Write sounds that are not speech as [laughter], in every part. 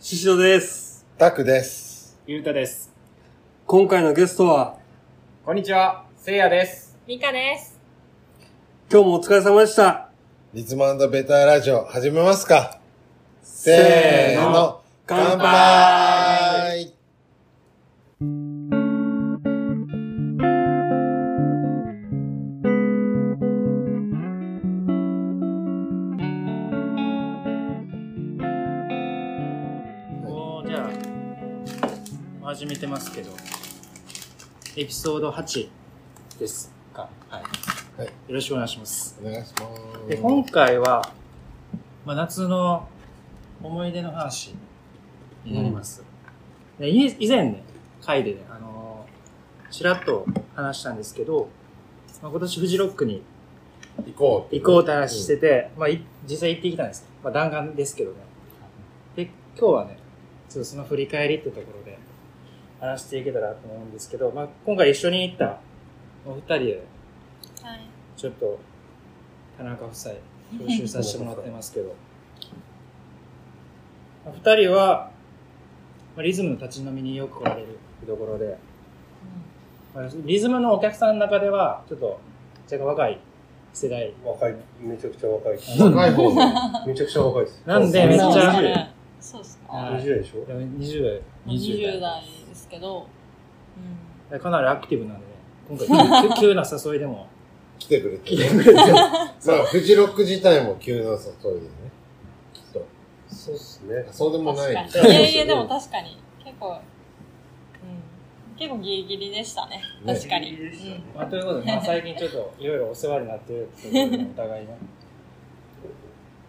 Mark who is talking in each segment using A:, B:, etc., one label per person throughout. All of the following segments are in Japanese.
A: シシドです。
B: タクです。
C: ゆうたです。
A: 今回のゲストは、
C: こんにちは、せいやです。
D: ミカです。
A: 今日もお疲れ様でした。
B: リズムベターラジオ始めますかせ
A: せ
B: ー
A: ー
B: の
A: の、乾
B: 乾
A: 杯
B: 杯
C: もうじゃあ、始めてますけど、エピソード8ですか。はい。
B: はい
C: よろしくお願いします。
B: お願いしま
C: で、
B: す。
C: 今回は、まあ、夏の思い出の話になります。でい以前ね、回でね、あのーちらっと話したんですけど、まあ、今年フジロックに
B: 行こ
C: 行こうって話してて、まあ、い実際行ってきたんです。まあ、弾丸ですけどね。で、今日はね、ちょっとその振り返りってところで話していけたらと思うんですけど、まあ、今回一緒に行ったお二人で、
D: はい。
C: ちょっと、田中夫妻、復習させてもらってますけど、まあ二人は、まあ、リズムの立ち飲みによく来られるところで、まあリズムのお客さんの中では、ちょっと、若干若い世代
E: 若い、めちゃくちゃ若い。
B: 若い方の。
E: [laughs] めちゃくちゃ若いです。
C: なんでめっち
D: そう
C: ゃ
D: ですねそうっすか。
C: はい
E: 20代でしょ
C: でも20代。
D: 20代ですけど、うん。
C: 代。かなりアクティブなんでね、今回急急な誘いでも。
B: 来てくれて、ね。まあ、フジロック自体も急な誘いでね。きっと。
E: そうですね。
B: そうでもない。
D: 確かに。いやいや、でも確かに。結構、うん。結構ギリギリでしたね。
B: ね
D: 確かに。
E: ギリギリでしたね
C: まあ、ということで、ま
E: [laughs]
C: あ、最近ちょっといろいろお世話になってるっていうことで、お互いね。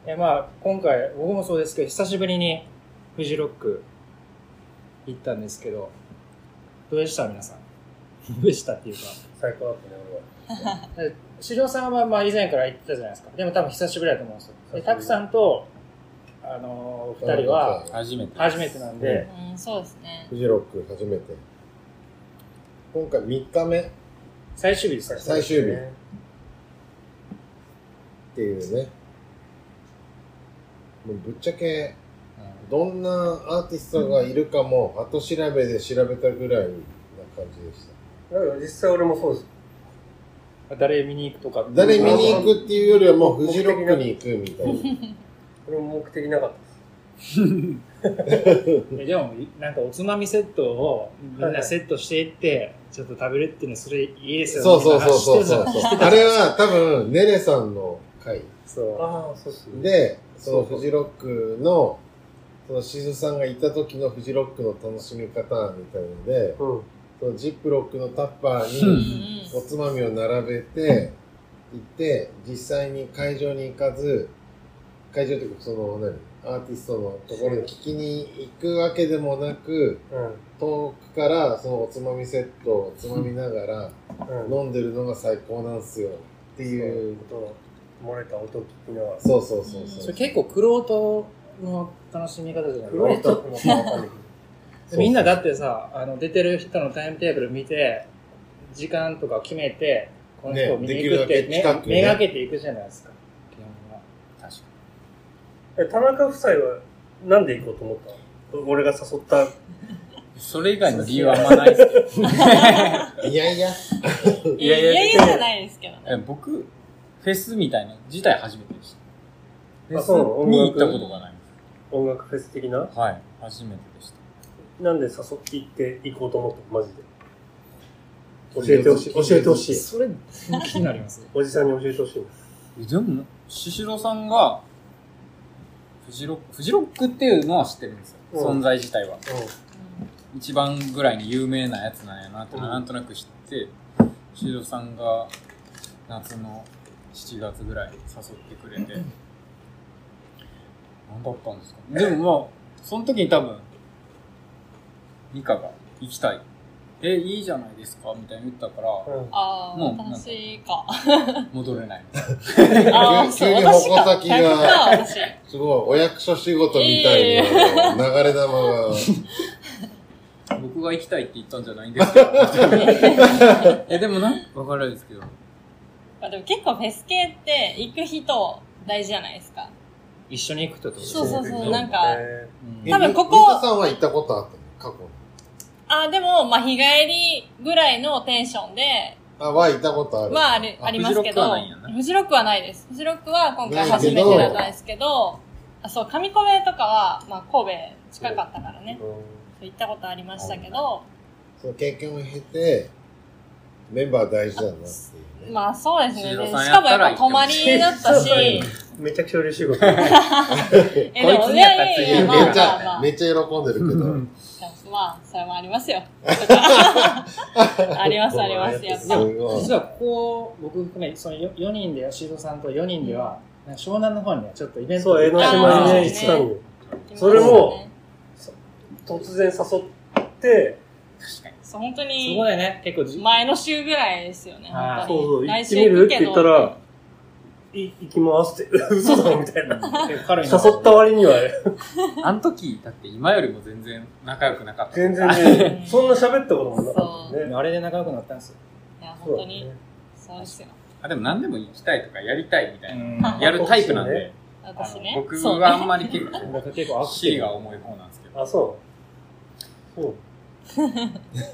C: え、まあ、今回、僕もそうですけど、久しぶりにフジロック行ったんですけど、どうでした皆さん。どうでしたっていうか。
E: 最高だったね、俺は。
C: 史上さんはまあ以前から行ってたじゃないですか。でも多分久しぶりだと思うんですよ。で、たくさんと、あのー二人は、
B: 初めて。
C: 初めてなんで、
D: うん、そうですね。
B: フジロック初めて。今回3日目っ
C: 最終日ですから
B: 最終日
E: ね
B: ていうね。もうぶっちゃけ、どんなアーティストがいるかも後調べで調べたぐらいな感じでした。
E: だから実際俺もそうです。
C: 誰見に行くとか。
B: 誰見に行くっていうよりはもうフジロックに行くみたいな。
E: 俺も目的なかったです。
C: えでも、なんかおつまみセットをみんなセットしていって、ちょっと食べるっていうのはそれいいですよ
B: [laughs]
C: ね。
B: そうそうそうそうそう。
C: 話して
B: あれは多分、ネレさんの回
C: たそう。
E: ああ、そうっすね。
B: で、そのフジロックの、そのシズさんがいた時のフジロックの楽しみ方みたいので、
E: うん。うん。
B: そのジップロックのタッパー
D: う
B: [laughs]
D: ん
B: におつまみを並べて、行って、実際に会場に行かず、会場っていうかその何、アーティストのところに聞きに行くわけでもなく、遠くからそのおつまみセットをつまみながら
E: うん。
B: 飲んでるのが最高なんすよっていう。
E: と、漏れた音聞きながら。
B: そうそうそうそう。
C: それ結構、クロートの楽しみ方じゃない
E: 黒い人もわかんない
B: そう
C: みんなだってさ、あの、出てる人のタイムテーブル見て、時間とかを決めて、この人を見に行くっ
B: ね
C: て、
B: できるだけ近くね
C: めめがけていくじゃないですか。基本は
E: けど。え田中夫妻はなんで行こうと思ったの俺が誘った。
F: それ以外の理由はあんまないですけど。
B: 構。いやいや、
D: うんいやいやいやじゃないですけどね。
F: え僕、フェスみたいな自体初めてでした。フ
E: あ
F: ェス
E: そう
F: に行ったことがないんで
E: 音楽フェス的な
F: す。はい。初めてでした。
E: なんで誘って行って行こうと思ったのマジで。教えてほしい。教えてほしい。
C: それ、気になります。
E: おじさんに教えてほしい。
F: えでも、シシロさんが、フジロック、フジロックっていうのは知ってるんですよ。
E: うん
F: 存在自体は。
D: うん
F: 一番ぐらいに有名なやつなんやなっていうのはなんとなく知って、シシロさんが夏の7月ぐらいに誘ってくれて、なんだったんですかねでもまあ、その時に多分、ミカが行きたい。え、いいじゃないですかみたいに言ったから、
E: うん。うん。
D: あ
F: もう
D: あ、私か。
F: 戻れない。
D: あー
B: 急に
D: そう
B: 矛先が
D: 私か私か
B: すごい、お役所仕事みたいな流れ玉が。
F: 僕が行きたいって言ったんじゃないんですけど。え、でもな、わからないですけど。
D: まあでも結構フェス系って行く人大事じゃないですか。
C: 一緒に行くとってこと
D: そうそうそう、
F: そう
D: なんか、
E: え
D: 多分ここ
B: ゆゆうたさんは行ったことあったの過去に。
D: あ、でも、まあ、日帰りぐらいのテンションで、
B: あ、は行ったことある。
D: まあ、あり
F: あ
D: ありますけど、
F: フジロックはないんやな
D: フジロックはないです。フジロックは今回
B: ない
D: 初
B: け
D: め
B: ど
D: てだったんですけど、あそう、上小部とかは、まあ、神戸近かったから
E: ー
D: ね、
E: うん
D: そう行ったことありましたけど、
B: その経験を経て、メンバー大事だなっていうね。
D: まあ、そうです
F: シ
D: ね。
F: ロ
D: で
F: さん
D: し
F: や
D: か
F: っ
D: も
F: た
D: やっ
F: ら
D: ぱ泊まりだったし、
E: めちゃくちゃ嬉しいこと。
D: [laughs] え、でも、
F: こいつ
D: い
F: にやったら
D: やい
F: 次
D: やいや、ま
B: めっ
D: あ
B: ち
D: まあま
B: ゃ、
D: あ
B: め、っちゃ喜んでるけど。
D: まあ、それもありますよ。ありますあります、やっ
B: す
D: ぱ。
B: ごい。
C: 実はここ、僕含め、そのよ4人で、吉戸さんと4人では、なんか湘南の方にね、ちょっとイベント
E: そう、江ノ島に
D: あー
E: ね、行ってたのに。そ
D: 行き
E: れ
D: ました
E: も
D: ね、
E: 突然誘って、
D: そう、本当
C: そ
D: に
C: こ、でね、結構じ、
D: 前の週ぐらいですよね、
C: あー
D: 本
E: そう
D: 当
E: そう、
D: に。
E: 行
D: 来
E: って
D: 週
E: み
D: 行
E: るっ
D: く
E: て
D: け
E: 言った
D: ど、
E: ら、い行きますって、 [laughs] 嘘だろみたいな。
C: 結構軽い
E: 誘
C: な
E: った割には、
F: [laughs] あの時、だって今よりも全然仲良くなかった。
E: 全然
D: [laughs]
E: ね、そんな喋ったこともなかったもんね。
C: あれで仲良くなったんですよ。
D: いや、
E: そう
D: 本
E: だ
D: 当
E: ね
D: に、そうですよ。
F: あ、でも何でも行きたいとかやりたいみたいな。
D: ん
F: やるタイプなんで、
D: 私
F: あ
D: ね。
F: の僕
D: そう
F: はあんまり結
C: なんか
F: 構、
C: 結構アクテ
F: 尻
C: ィ
F: が重い方なんですけど、
E: あ、そう。そう。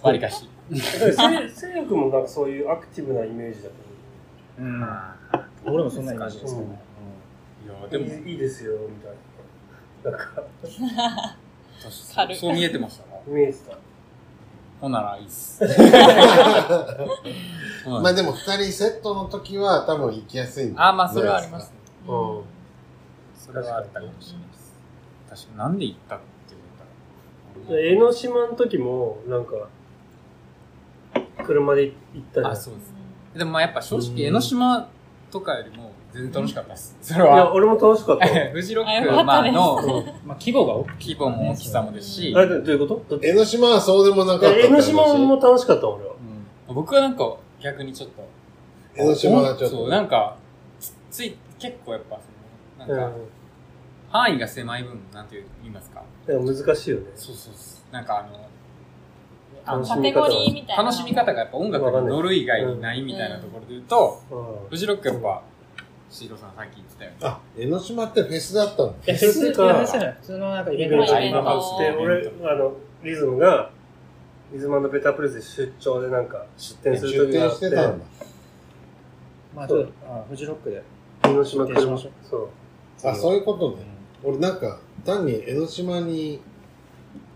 F: わりかし。
E: だからせい、 [laughs] せいやくんもなんかそういうアクティブなイメージだと
F: うん。い
C: ブ。俺もそんなイメージですけどね。
F: や、で
E: 思う。
F: も、
E: いいいいですよ、みたいな。なんか、
F: そ
D: 軽
F: う
D: い
F: そう見えてましたわ。
E: イメージだ。
F: ほんならいい
C: [laughs]
F: っす。
B: まあでも二人セットの時は多分行きやすいんだ
F: あ、まあ、それはありますね。
E: うん
F: それはあったかもしれないです。確かに、なんで行ったって思ったら。
E: 江ノ島の時も、なんか、車で行ったじゃん
F: あ、そうです。でもまあやっぱ正直江ノ島とかよりも全然楽しかったです。それ
E: いや、
F: は。
E: 俺も楽しかったわ。
F: [laughs] フジロ
D: あ
F: ッ
D: よ
F: ク
D: かったです
F: の [laughs]
E: うん
C: まあ、規模が大きい。
F: 規模も大きさもですし、
E: あれどういうことだって
B: 江ノ島はそうでもなかったって話。
E: 江ノ島も楽しかった、俺は。
F: うん僕はなんか逆にちょっと、
B: 江ノ島はちょっ
F: そう、
B: と。
F: なんか、つつい、結構やっぱその、なんか、
E: う
F: 範囲が狭い分、なんて言いますか。
E: ん。でも難しいよね。
F: そうそうそう。なんかあの、あ
E: 楽し
D: カ
E: み
D: テゴリーみたいな。
F: 楽しみ方がやっぱ音楽に乗る以外にないみたいなところで言うと、
E: うん
F: フジロックやっぱ、シーロさんさっき言ってたように、
B: あ、江ノ島ってフェスだったの
C: いや、それ普通の話じゃない。普通のなんかイベ
E: イ
C: ン
E: ベン
C: ト
E: ト
C: じゃ
E: が
C: な
E: 今
C: い
F: イベント
E: ハウスで、俺、あの、リズムが、リズムベタプレスで出張でなんか出店する
B: 出
E: 時が
B: 店
E: あっ
B: してたん
E: て、
B: だ。
C: まあ、ちょっと、あフジロックで。
E: 江ノ島車も。そう。
B: あ、そういうことね。俺なんか、単に江ノ島に、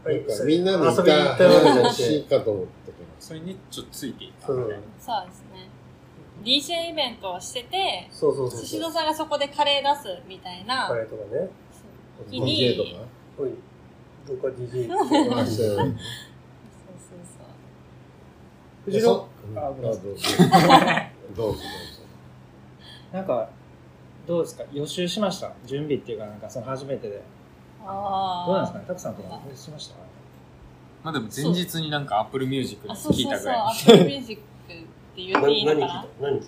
E: は
B: ないんかみんなで
E: 遊びに行ったわけじゃなく
B: しい
E: て、
B: かと思ったけど。
F: それにちょっとついていった
E: そ
F: みたいうな。
D: そうですね。DJ イベントをしてて、
E: そうそうそう
D: 寿司
E: そ
D: 戸
E: う。
D: さんがそこでカレー出すみたいな、
E: カレーとかね。
D: 日に
B: DJ とか
E: おい、どこか DJ。
B: あしてないの
D: そうそうそう。
C: フジロ
B: そ
C: あ
B: あ、
C: ごめん
B: ど
C: な
B: う
C: さ
B: ぞ。ど
C: [laughs]
B: うぞ。
C: なんか、どうですか予習しました準備っていうか、なんかその初めてで。
D: ああ。
C: どうなんですかねたくさんとかしました
F: まあでも前日になんか Apple Music
D: あ、そう
F: 聞い
D: そう
F: たぐ
D: そう、
F: らい。
D: アップルミュージックって言っ
E: な
D: ていい
E: 何
D: の
E: 聞い
D: かな
E: た何聞い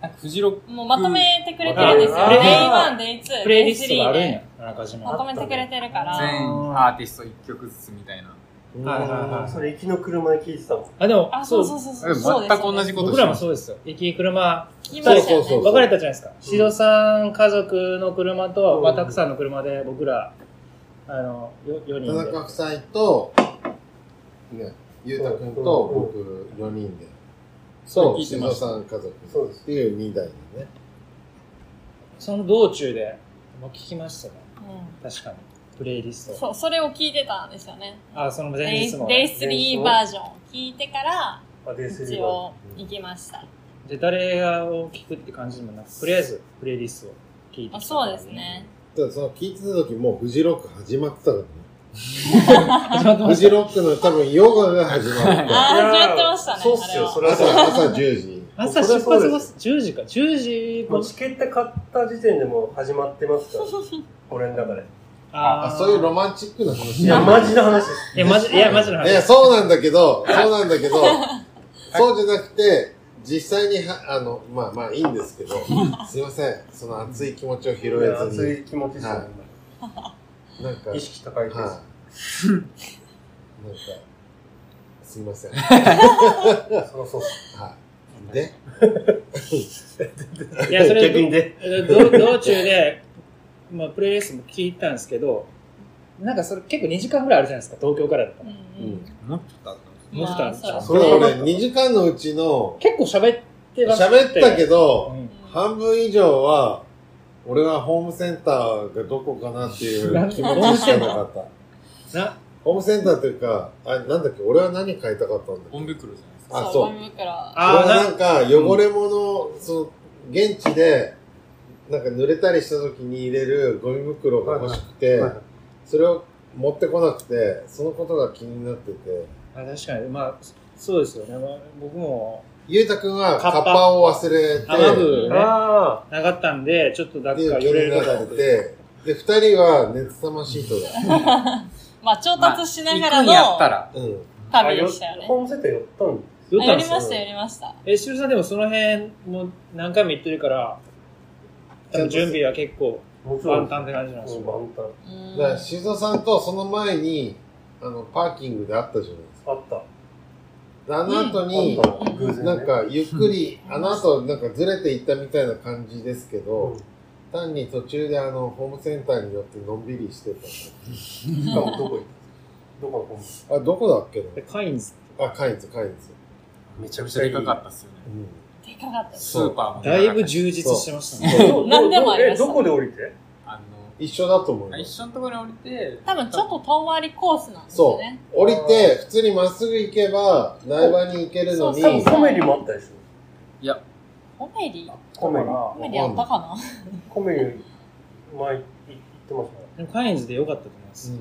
F: なんかフジロック
D: もうまとめてくれてるんです
E: う
D: よ。
E: ん
D: デイ1、デイ2、
C: プレイ
D: デ
C: リ
D: イ
C: ストがあるん
D: 3で
C: や、あらかじめ。
D: まとめてくれてるから。
F: 全アーティスト1曲ずつみたいな。
C: はいはいは
E: た
C: い
E: それ行きの車で聞いてたもん。
C: あ、でも、
D: あ、そうそうそうそう。そう
F: 全
D: です
F: く同じこと
C: 僕
F: して
C: ら
F: ま
C: も
F: す
C: そうですよ。駅車、
D: 聞きましたよ
B: そ
D: ね。
B: うそうそう
C: 別れたじゃないですか。シドさん家族の車と、まあ、たくさんの車で僕ら、あの、よ
B: 田
C: 4人で。
B: 中夫妻と、ね、ゆうたくんと僕4人で、
F: そ
B: そうう、
F: 聞いて
B: 静
F: ま
B: 岡
F: した
B: さん家族っていう2台でね。
C: その道中で、もう聞きましたね。
D: う
C: 確かに。プレイリス
D: ん
C: ト。
D: そう、それを聞いてたんですよね。
C: あ、その前
D: デイ
C: 日も。
D: デイ3バージョンを聞いてから、
E: あ、デスリー
D: 一
E: バ
D: 応行きました。
C: で、誰がを聞くって感じでもなく、とりあえず、プレイリストを聞いてきた
D: あそうですね。
B: ただその聞いてた時もうフジロック始まってたからね。
C: 始まってま
B: フ
C: した
B: ジロックの多分ヨガが始まっ
F: [laughs]
B: て、
D: あ
E: いやー
D: あ、始まってましたね、
E: そうっすよ
D: あ
E: そ
D: れ
E: れ
D: は。
E: は
B: 朝、朝10時。
C: 朝出発後10時か。10時
E: ー。もうチケット買った時点でもう始まってますから、俺の中で。
C: あ
B: あ、そういうロ
C: マ
B: マンチックな話
E: いや、マジの話です。
C: いや、マジ、いや、マジの
B: いや、
C: 話。
B: そうなんだけど、そうなんだ
E: [laughs]
B: けど、そうじゃなくて、実際には、あの、まあまあいいんです
E: [laughs]
B: けど、すいません、その熱い気持ちを拾
E: いや
B: え
E: 熱
B: ず
E: い気持ちですよ
B: はに、なんか、
E: 今
B: はい。
E: 意識高いです。
B: なんか、すい
E: [laughs]
B: ません。
E: そうそう。
B: はい。で、
C: いや、それ、
E: 逆にね
C: え道道中で、まあ、プレイリストも聞いたんですけど、なんかそれ結構2時間ぐらいあるじゃないですか、東京からだったら。
D: うん
F: もうちょっとあったんです
C: も
F: よ
C: うちょっとあるんです
D: まあ
C: よ
B: それ俺、2時間のうちの、
C: 結構喋ってま
B: 喋ったけ
C: う
B: ど、
C: ん
B: 半分以上は、俺はホームセンターがどこかなっていう気持ちしかなかった。
C: な、
B: ホームセンターというか、あ、なんだっけ、俺は何買いたかったんだっけ
F: ゴンベクロじゃないですか。
B: あ、
D: そう
B: そう。
D: ゴミ袋。
C: あ
B: 俺は
C: な
B: なんか、汚れ物、その、現地で、なんか濡れたりした時に入れるゴミ袋が欲しくて、それを持ってこなくて、そのことが気になってて、
C: あ確かに、まあ、そそうですよね。まあ、僕も、
B: ゆうたくんは
C: カ
B: カ
C: ッパ
B: ッパを忘れて、
C: アマブね、
E: あ
C: なかったんで、ちょっとだけ
B: で、
C: か
B: 気
C: 寄れ
B: に
C: る
B: な
C: とか
B: ってて、で、二人は熱さまシートだ。
D: まあ、調達しながら
F: 行くんやった
D: の
F: ら、
B: うん。
E: あ。
D: 旅でしたよね。
E: ホームセンター寄ったん
C: 寄
D: あ
C: っ
D: や
C: たんで
D: り
C: す
D: ま
C: よ。
D: した、やりました。
C: え、しるさんでもその辺も何回も言ってるから、多分準備は結構
E: もちろん。
C: 万端って感じなんです
E: うん
C: よ。
E: 万端。
D: うん
B: だから、修造さんとその前に、あの、パーキングで会ったじゃないですか。
E: あった。
B: であの後に、
E: あった。偶然ね。
B: なんか、ゆっくり、あの後、なんかずれていったみたいな感じですけ
E: う
B: ど
E: ん、、
B: 単に途中であの、ホームセンターによってのんびりして
E: しかもどこ行ったどこのホームセン
B: た。あ、どこだっけ
C: で、カインズ。
B: なあ、カインズ、カインズ。
F: めちゃくちゃでかかったっすよね。
B: うん。
D: でかかったです。
F: スーパーもでか
C: だ
F: かった
C: いぶ充実してましたね。
E: ターどど
D: 何でもありま
E: え、
D: した
E: どこで降りて
F: あ
B: 一緒だと思い
F: の、
B: ま
F: 一
B: す。
F: 緒のところに降りて、
D: 多分、ちょっと遠回りコースなんです
B: そ
D: よ
B: う
D: ね。。
B: 降りて、普通にまっすぐ行けば、苗場に行けるのに、
D: そ
E: 多
D: う
E: 分
D: そ
E: コメリもあったでしょ
F: いや、
D: ホメリ
E: コメリ。
D: ホメリやったかな
E: コメリ、前行ってましたね。
C: でもカインズで良かったと思います。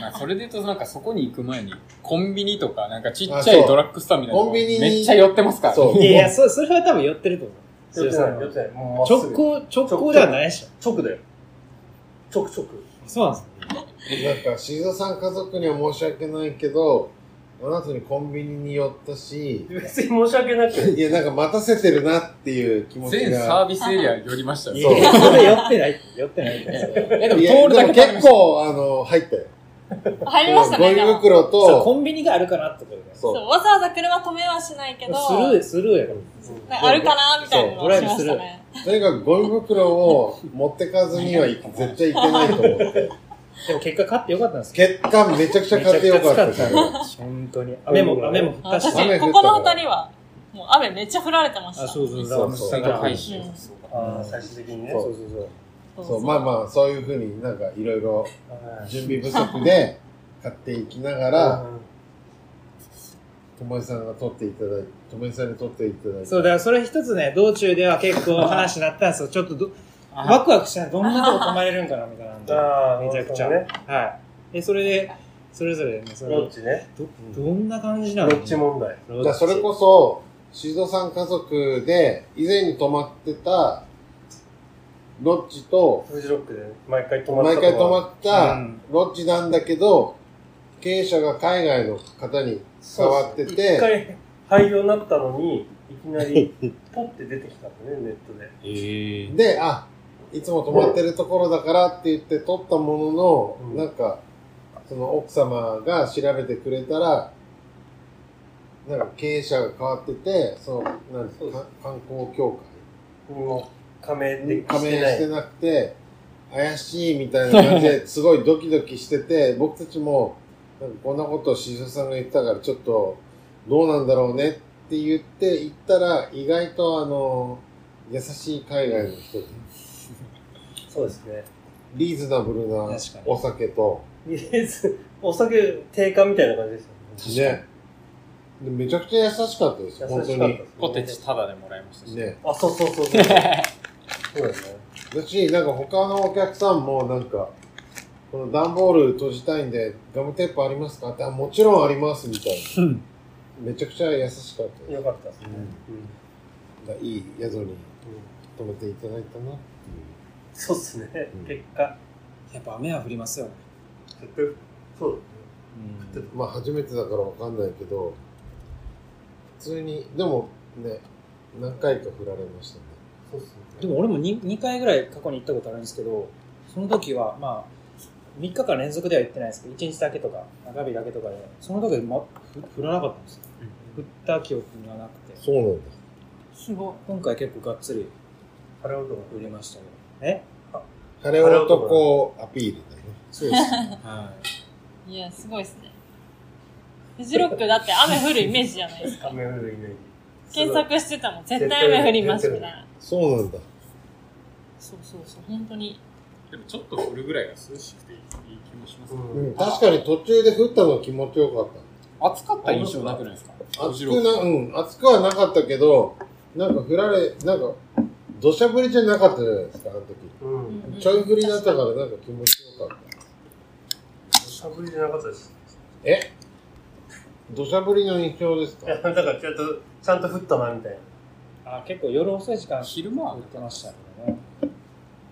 F: まあそれで言うと、なんかそこに行く前に、コンビニとか、なんかちっ
B: あ
F: ちゃい
B: そう
F: ドラッグストアみたいなとこ。
B: コンビニに
F: めっちゃ寄ってますからね。
B: そう
C: いやいや、そそれは多分寄ってると思
E: 寄っ
C: う。
E: て
C: さ
E: ない、
C: ん
E: 寄って
C: は
E: ない。もうまっす
C: 直
E: ぐ。
C: 行、直行ではないでしょ。
E: 直だよ。直直。
C: そうなんですね
B: なんか、静造さん家族には申し訳ないけど、あの後にコンビニに寄ったし、
E: 別に申し訳なく
B: いや、なんか待たせてるなっていう気持ち
F: 全サ
B: が。
F: ービスエリア寄りました
C: い
F: ね。
C: やいや、それ寄ってない。寄ってないです。
F: え、でも
B: い
F: 通
B: や、
F: る
B: で
F: だ
B: も
F: け食べま
B: 結
F: した
B: 構、あの、入ったよ。
D: 入りました
B: ゴ
D: ね、
B: ミ
D: でも
B: 袋
C: そうコ
B: と、
C: ンビニがあるかなってことです。
D: そう
B: そう。
D: わざわざ車止めはしないけど、
C: スルー、スルーやろ。
D: なんかあるかなみたいなのはしま
C: そう
D: した
C: ドラ
D: ね。
B: とにかくゴミ袋を持ってかずには絶対いけないと思って。
C: でも結果勝ってよかったんです
B: [laughs]
C: け
B: 結果めちゃくちゃ
C: ど。
B: 買ってよかったけど。
C: 本当に。雨も、雨も降ったし。
B: 雨降っ
D: 私、
B: た
D: ここの二人は、もう雨めっちゃ降られてました。
C: あ、そうそう
B: そ
C: そうう。
B: そう
F: 最後配信
D: うん
F: そうか
E: ああ、最終的にね。
C: そうそうそう。
D: そう
B: そう、まあまあ、そういうふうになんかいろいろ準備不足で買っていきながら、ともえさんが撮っていただいて、ともえさんに撮っていただいて。
C: そう、だからそれ一つね、道中では結構話になったんですよ。ちょっとど、ワクワクしたどんなとこ泊まれるんかなみた
E: [laughs]
C: いなんで。
E: ああ、
C: めちゃくちゃ。
E: ね。
C: はい。で、それで、それぞれね、そ
E: ロ
C: の
E: ッ、チね。
C: ど、どんな感じな
E: ロ
C: の
E: ッチ問題。
C: ロッ
B: だ
C: チ
B: からそれこそ、静岡さん家族で以前に泊まってた、ロッジと、
E: フジロックで毎回泊まった
B: 毎
E: とこ
B: 回泊まった
C: うん
B: ロッジなんだけど、経営者が海外の方に変わって
E: 一
B: て、
E: 回廃業になったのに、いきなり、ポッて出てきたのね、ネットで。
F: ええ。
B: で、あ、いつも泊まってるところだからって言って撮ったもの
E: う
B: の、
E: ん
B: なんか、その奥様が調べてくれたら、なんか経営者が変わってて、その、なんですか、観光協
E: もう、加盟
B: 会
E: で
B: に
E: き
B: 加盟
E: てな
B: して
E: い。
B: なくて、怪しいみたいな感
E: [laughs]
B: じで、すごいドキドキしてて、僕たちも、なんかこんなことを静さんが言ったから、ちょっと、どうなんだろうねって言って、行ったら、意外とあの、優しい海外の人で
E: そうですね。
B: リーズナブルな
C: 確かに
B: お酒と、
E: とりあえず、お酒定価みたいな感じですよね。
B: ね。でめちゃくちゃ優しかったですよ、本
E: 優
B: 当
E: しかった
B: に
E: で。す
F: ポテチタダでもらいましたし。
B: ね。
E: あ、そうそうそうそう。そうだね。
B: だし、なんか他のお客さんもなんか、この段ボール閉じたいんで、ガムテープありますかって、あ、もちろんあります、みたいな。めちゃくちゃ優しかったです。
E: よかったですね。
B: だいい宿に
E: うん
B: 泊めていただいたな。
E: そうっすね
B: うん。
E: 結果。
C: やっぱ雨は降りますよね。
E: そう
C: うん。
B: まあ初めてだからわかんないけど、普通に、でもね、何回か振られましたね。
E: そうっす
C: でも俺も 2, 2回ぐらい過去に行ったことあるんですけど、その時は、まあ、3日間連続では行ってないですけど、1日だけとか、中日だけとかで、その時は、ま、ふ降らなかったんですよ。降った記憶がなくて。
B: そうなんだ。
D: すごい。
C: 今回結構がっつり
E: 払うとか。
C: 降りましたけど。え
B: 晴れ男アピールだ
D: [laughs]
B: ね。
C: そうですね。
F: はい。
D: いや、すごいですね。フジロックだって雨降るイメージじゃない
E: [laughs]
D: ですか。
E: 雨降るイメージ。
D: 検索してたもん、絶対雨降りますみたいな。
B: そうなんだ。
D: そうそうそう、本当に。
F: でもちょっと降るぐらいが涼しくていい気もします
E: う
F: ね。
E: ん
B: うん、確かに途中で降ったのは気持ちよかった。
F: 暑かった印象なくないですか
B: 熱くな、うん、熱くはなかったけど、なんか降られ、なんか、土砂降りじゃなかったじゃないですか、あの時。
E: う。
D: うんんうん
B: ちょい降りだったからなんか気持ちよかった。
E: 土砂降りじゃなかったです。
B: え土砂降りの印象です
E: い
B: か
E: や、だからちゃんと、ちゃんと降ったな、みたいな。
C: あ、結構夜遅い時間
F: 昼間は
C: 降ってましたけどね。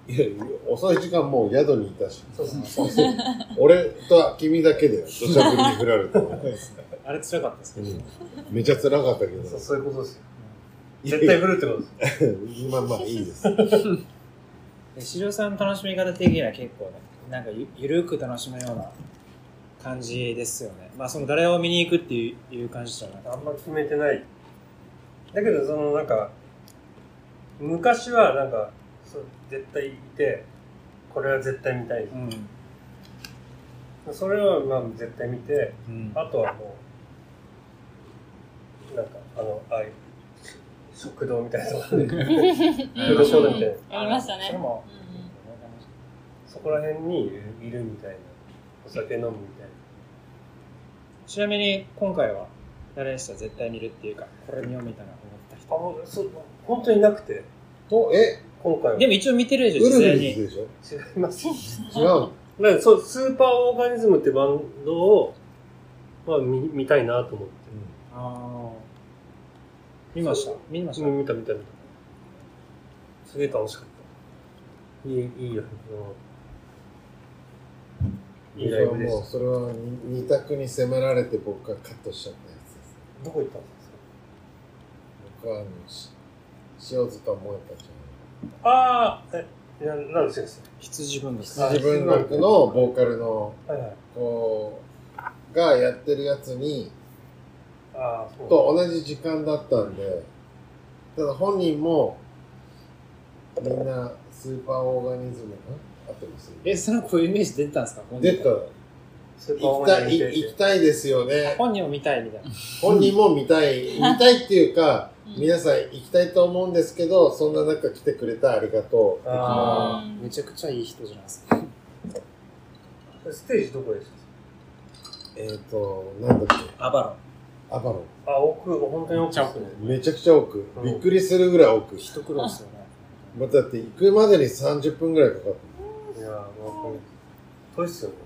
B: いや、遅い時間もう宿にいたし。 [laughs]
E: そうそうそう。
B: 俺と君だけで土砂降りに降られたの。
C: あれ辛かったです
B: う
C: けど。
B: んめちゃ辛かったけど。
E: そうそういうことですよ。絶対降るってことです。
B: [laughs] まあまあいいです。
C: で市場さんの楽しみ方的には結構ね、なんかゆゆるく楽しむような感じですよね。まあその誰を見に行くっていういう感じじゃなくて。
E: あんま決めてない。だけど、その、なんか、昔は、なんか、そう絶対いて、これは絶対見たい。
C: うん。
E: それは、まあ、絶対見て、
F: うん。
E: あとはもう、なんか、あの、ああいう、食堂みたいなところ [laughs] で、
D: うん
E: 食堂商店みたいな。
D: ありました
C: それ
D: ね。
C: も、
D: うん
E: そこら辺にいるいるみたいな。お酒飲むみたいな。
C: ちなみに今回は誰でした絶対見るっていうか、これ見ようみたいな思
E: あ、も
C: った人。
E: うそう、本当になくて、
B: と、え、
E: 今回は。
C: でも一応見てるでしょ、
B: ウル
C: 実
B: フ
C: 際
B: ル
C: に。
B: ズでし
E: 違
B: ょ
E: います。
B: 違うの
E: だからそう、スーパーオーガニズムってバンドを、まあ、見見たいなと思って。
C: ああ。見ました見ました、
E: うん、見た見た見た。すげえ楽しかった。いい、いいライブの。いいライブで
B: も
E: し
B: うそれは二択に迫られて僕がカットしちゃったやつです。
E: た。どこ行ったんですか
B: 僕はあの、し塩塚萌えたち
E: ああ、え、な、なんでしたっ
C: 羊文です
B: ゃん。自分の僕のボーカルの
E: けはいはい。
B: 子がやってるやつに、
E: ああ、そう。
B: と同じ時間だったんで、ただ本人も、みんなスーパーオーガニズムな合ってます
C: え、その子イメージ出てたんですか
B: 出た。
E: スーパー
B: 行
E: オ
B: き
E: ーガ
B: た
E: ニ
B: い、
E: ズム見
B: 行
E: て
B: きたいですよね。
C: 本人を見たいみたいな。
B: 本人も見たい、見たいっていうか、
D: うん
B: 皆さん行きたいと思うんですけど、そんな中来てくれたありがとう。
E: あ
D: うん
C: めちゃくちゃいい人じゃないですか。
E: あ、ステージどこでした
B: えっ、と、なんだっけ、
C: アバロン。
B: アバロ
E: あ、奥、本当に奥ですね。
B: ン。めちゃくちゃ奥
E: う。ん
B: びっくりするぐらい奥。
C: 一苦労ですよね。
B: まあだって行くまでに30分ぐらいかかっ
E: いやー、もう、遠いっすよね。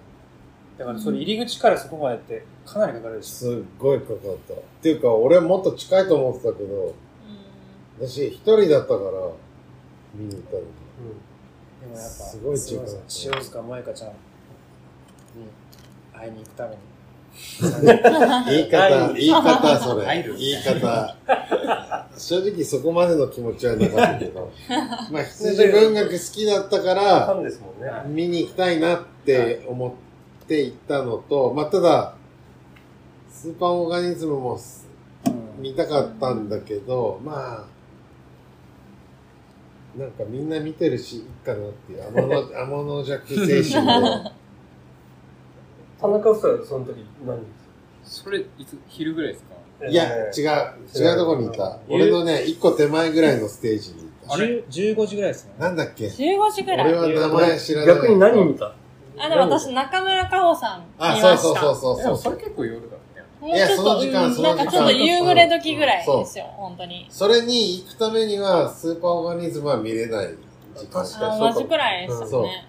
C: だからそれ入り口からそこまでってかなりかかるで
B: た。
C: し
B: すっごいかかった。っていうか、俺もっと近いと思ってたけど、私一人だったから、見に行ったのに。
E: う
C: ょ。でもやっぱ、
B: すごい時間
C: すですよ塩塚萌香ちゃんに会いに行くために。
B: 言い方、言い方、そ
F: 入
B: れ。
F: る
B: 言い方。正直そこまでの気持ちはなかったけど。まあ、羊文学好きだったか
E: ん。フ
B: ら、
E: ァンですもんね。
B: 見に行きたいなって思って行ったのと、まあ、ただ、スーパーオーガニズムも
C: うん
B: 見たかったんだけど、まあ、なんかみんな見てるし、いいかなっていう、天
E: [laughs]
B: の、天の弱精神で。
E: 田中夫妻はその時何人です
F: それ、いつ、昼ぐらいですか
E: か
B: いや、
E: え
B: 違う、違うとこにいた。俺のね、一個手前ぐらいのステージにいた。
F: あれ
C: 10 15時ぐらいですね。
B: なんだっけ
D: 15時ぐら
B: 俺
D: い。
B: は名前知ら
E: ー
B: ない。
E: 逆に何見た
D: あ、でも私、中村かほさん見ま
B: あ、
D: した。
B: そうそうそうそ
F: いや
B: う
F: そ
B: そ
F: れ
B: う。
F: 結構夜だったよね。
D: もうちょっと、
B: いやその時
D: うん
B: 間その
D: な
B: 時間
D: んかちょっと夕暮れ時ぐらいですよ、本当に。
B: それに行くためには、スーパーオーガニズムは見れない時間。
E: 確か
D: あ
E: そうかも
D: 同じくらいですよね。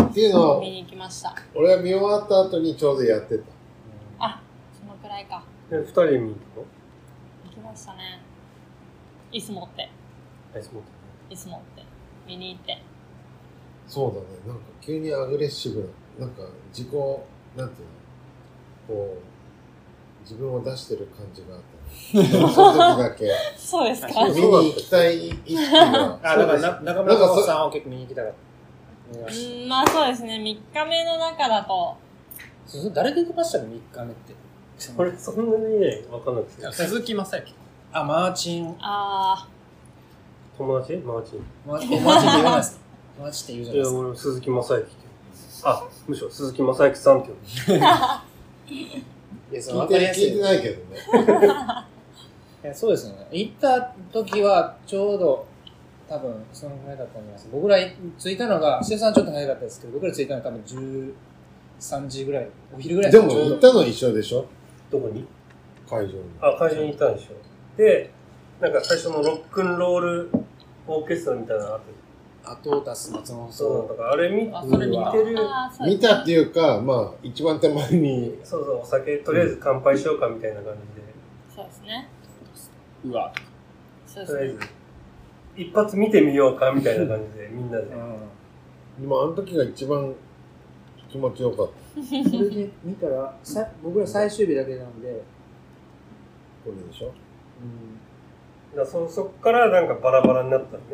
B: っていうのは
D: 見、に行きました。
B: 俺は見終わった後にちょうどやってた。
D: あ、そのくらいか。
E: え二人見に行くの
D: 行きましたね。椅子持って、
E: アイスモー
D: 椅子持って、見に行って。
B: そうだね。なんか急にアグレッシブな、なんか自己、なんていうのこう、自分を出してる感じがあ [laughs] った。その時だけ。
D: そうですか。
B: 見に行きたい意識
C: [laughs]
B: が。
C: あ、だからな中村かおさんを結構見に行きたかった。見まし
D: うんまあそうですね、3日目の中だと、
C: たそうそう誰出てましたね、3日目って。
E: トこれそんなにね、わかんなくて
F: い。や鈴木雅之。
C: あ、マーチン。
D: あ
E: 友達マーチン。
C: ママーチンって言わないですかマジって言うじゃ
E: い
C: ないで
E: や、
C: すか。
E: 俺、鈴木雅之って。あ、むしろ鈴木雅之さんって呼ぶ。
C: いや、その
B: 聞い
C: 分かり
B: て
C: やす
B: 聞い
C: い
B: て。ないけどね。
C: いやそうですよね。行った時は、ちょうど、多分、そのぐらいだったと思います。僕ら着いたのが、シェフさんちょっと早かったですけど、僕ら着いたのが多分13時ぐらい、お昼ぐらい
B: で
C: です
B: も
C: ちょう
B: 行
C: ど
B: ったの一緒でしょ
E: どこに
B: 会場に。
E: あ、会場に行ったんでしょ。で、なんか最初のロックンロールオーケストラみたいなのあったじ
C: アトータス松本
E: ゃん
C: さん
E: そう、だからあれ見
D: あ、それ見た。
E: 見てる、
D: あー、そうです
B: 見たっていうか、まあ、一番手前に、
E: そうそう、お酒、とりあえず乾杯しようかみたいな感じで、
D: そうですね。
F: うわ。
D: そう
E: と
D: です
E: りあえ
D: ね
E: ず、。一発見てみようかみたいな感じで、みんなで
C: う。ん。
B: でもあの時が一番気持ちよかっ
C: それで見たら、さ僕ら最終日だけなんで、
B: た。これでしょ
E: だからそそっからなんかバラバラになったのね。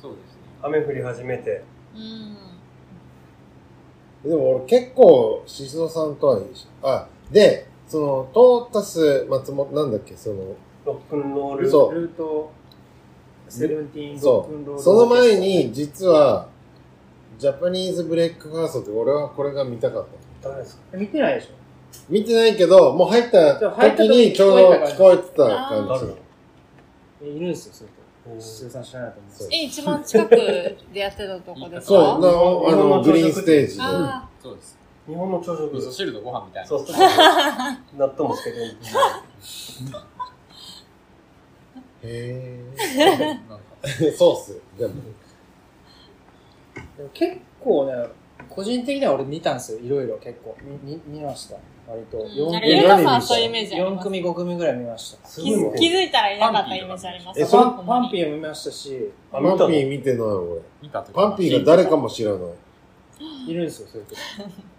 F: そうですね。
E: 雨降り始めて。
D: うん。
B: でも俺結構、しそさんとはいいし。あ、で、その、トータス松本、なんだっけ、その、
E: ロックンロール。
B: そう
C: ルート、セブンティーンロッ
B: そ
C: クンロー
B: う。
C: ル
B: その前、に、実は、ジャパニーズブレイクファーストって俺はこれが見たかった。
E: 誰ですか
C: 見てないでしょ
B: 見てないけど、もう入った
C: そう入った
B: 時
C: 時
B: に
C: に
B: ちょうど聞こえてた
D: あ
B: 感
E: 誰
B: じ
E: だ。
C: えいるんですよ、それと。
E: うん
C: シェフさん知らないと思うんです
B: そう
C: よ
D: え、一番近くでやってたとこですか
B: そう、なあ
E: 日本
B: の、
E: の
B: グリーンステージで。
D: あ
F: そうです。
E: 日本の朝食。
F: 味噌汁とご飯みたいな。
E: そうそう。納豆もつけて。
B: へ
F: なんか
B: え。 [laughs] そうっす。でも、
C: でも結構ね、個人的には俺見たんですよ、いろいろ結構。みみ見ました、割と。
D: うん。なんか、
B: え
D: ゆう
B: 何見
D: か
B: た
D: さんそういうイメージあり
C: 4
D: ます。
C: 組、5組ぐらい見ました。
E: す
D: 気
E: ご
D: づ
E: い
D: 気
E: ね。
D: づいたらいなかったイメージあります。
B: え
C: パ
B: そ
C: ンパンピーも見ましたし、
E: あ、
B: パ
E: 見た
B: ン
E: の
B: ピー見てない俺。
F: 見た時
B: パンピーが誰かも知らない。
C: いるんですよ、それと。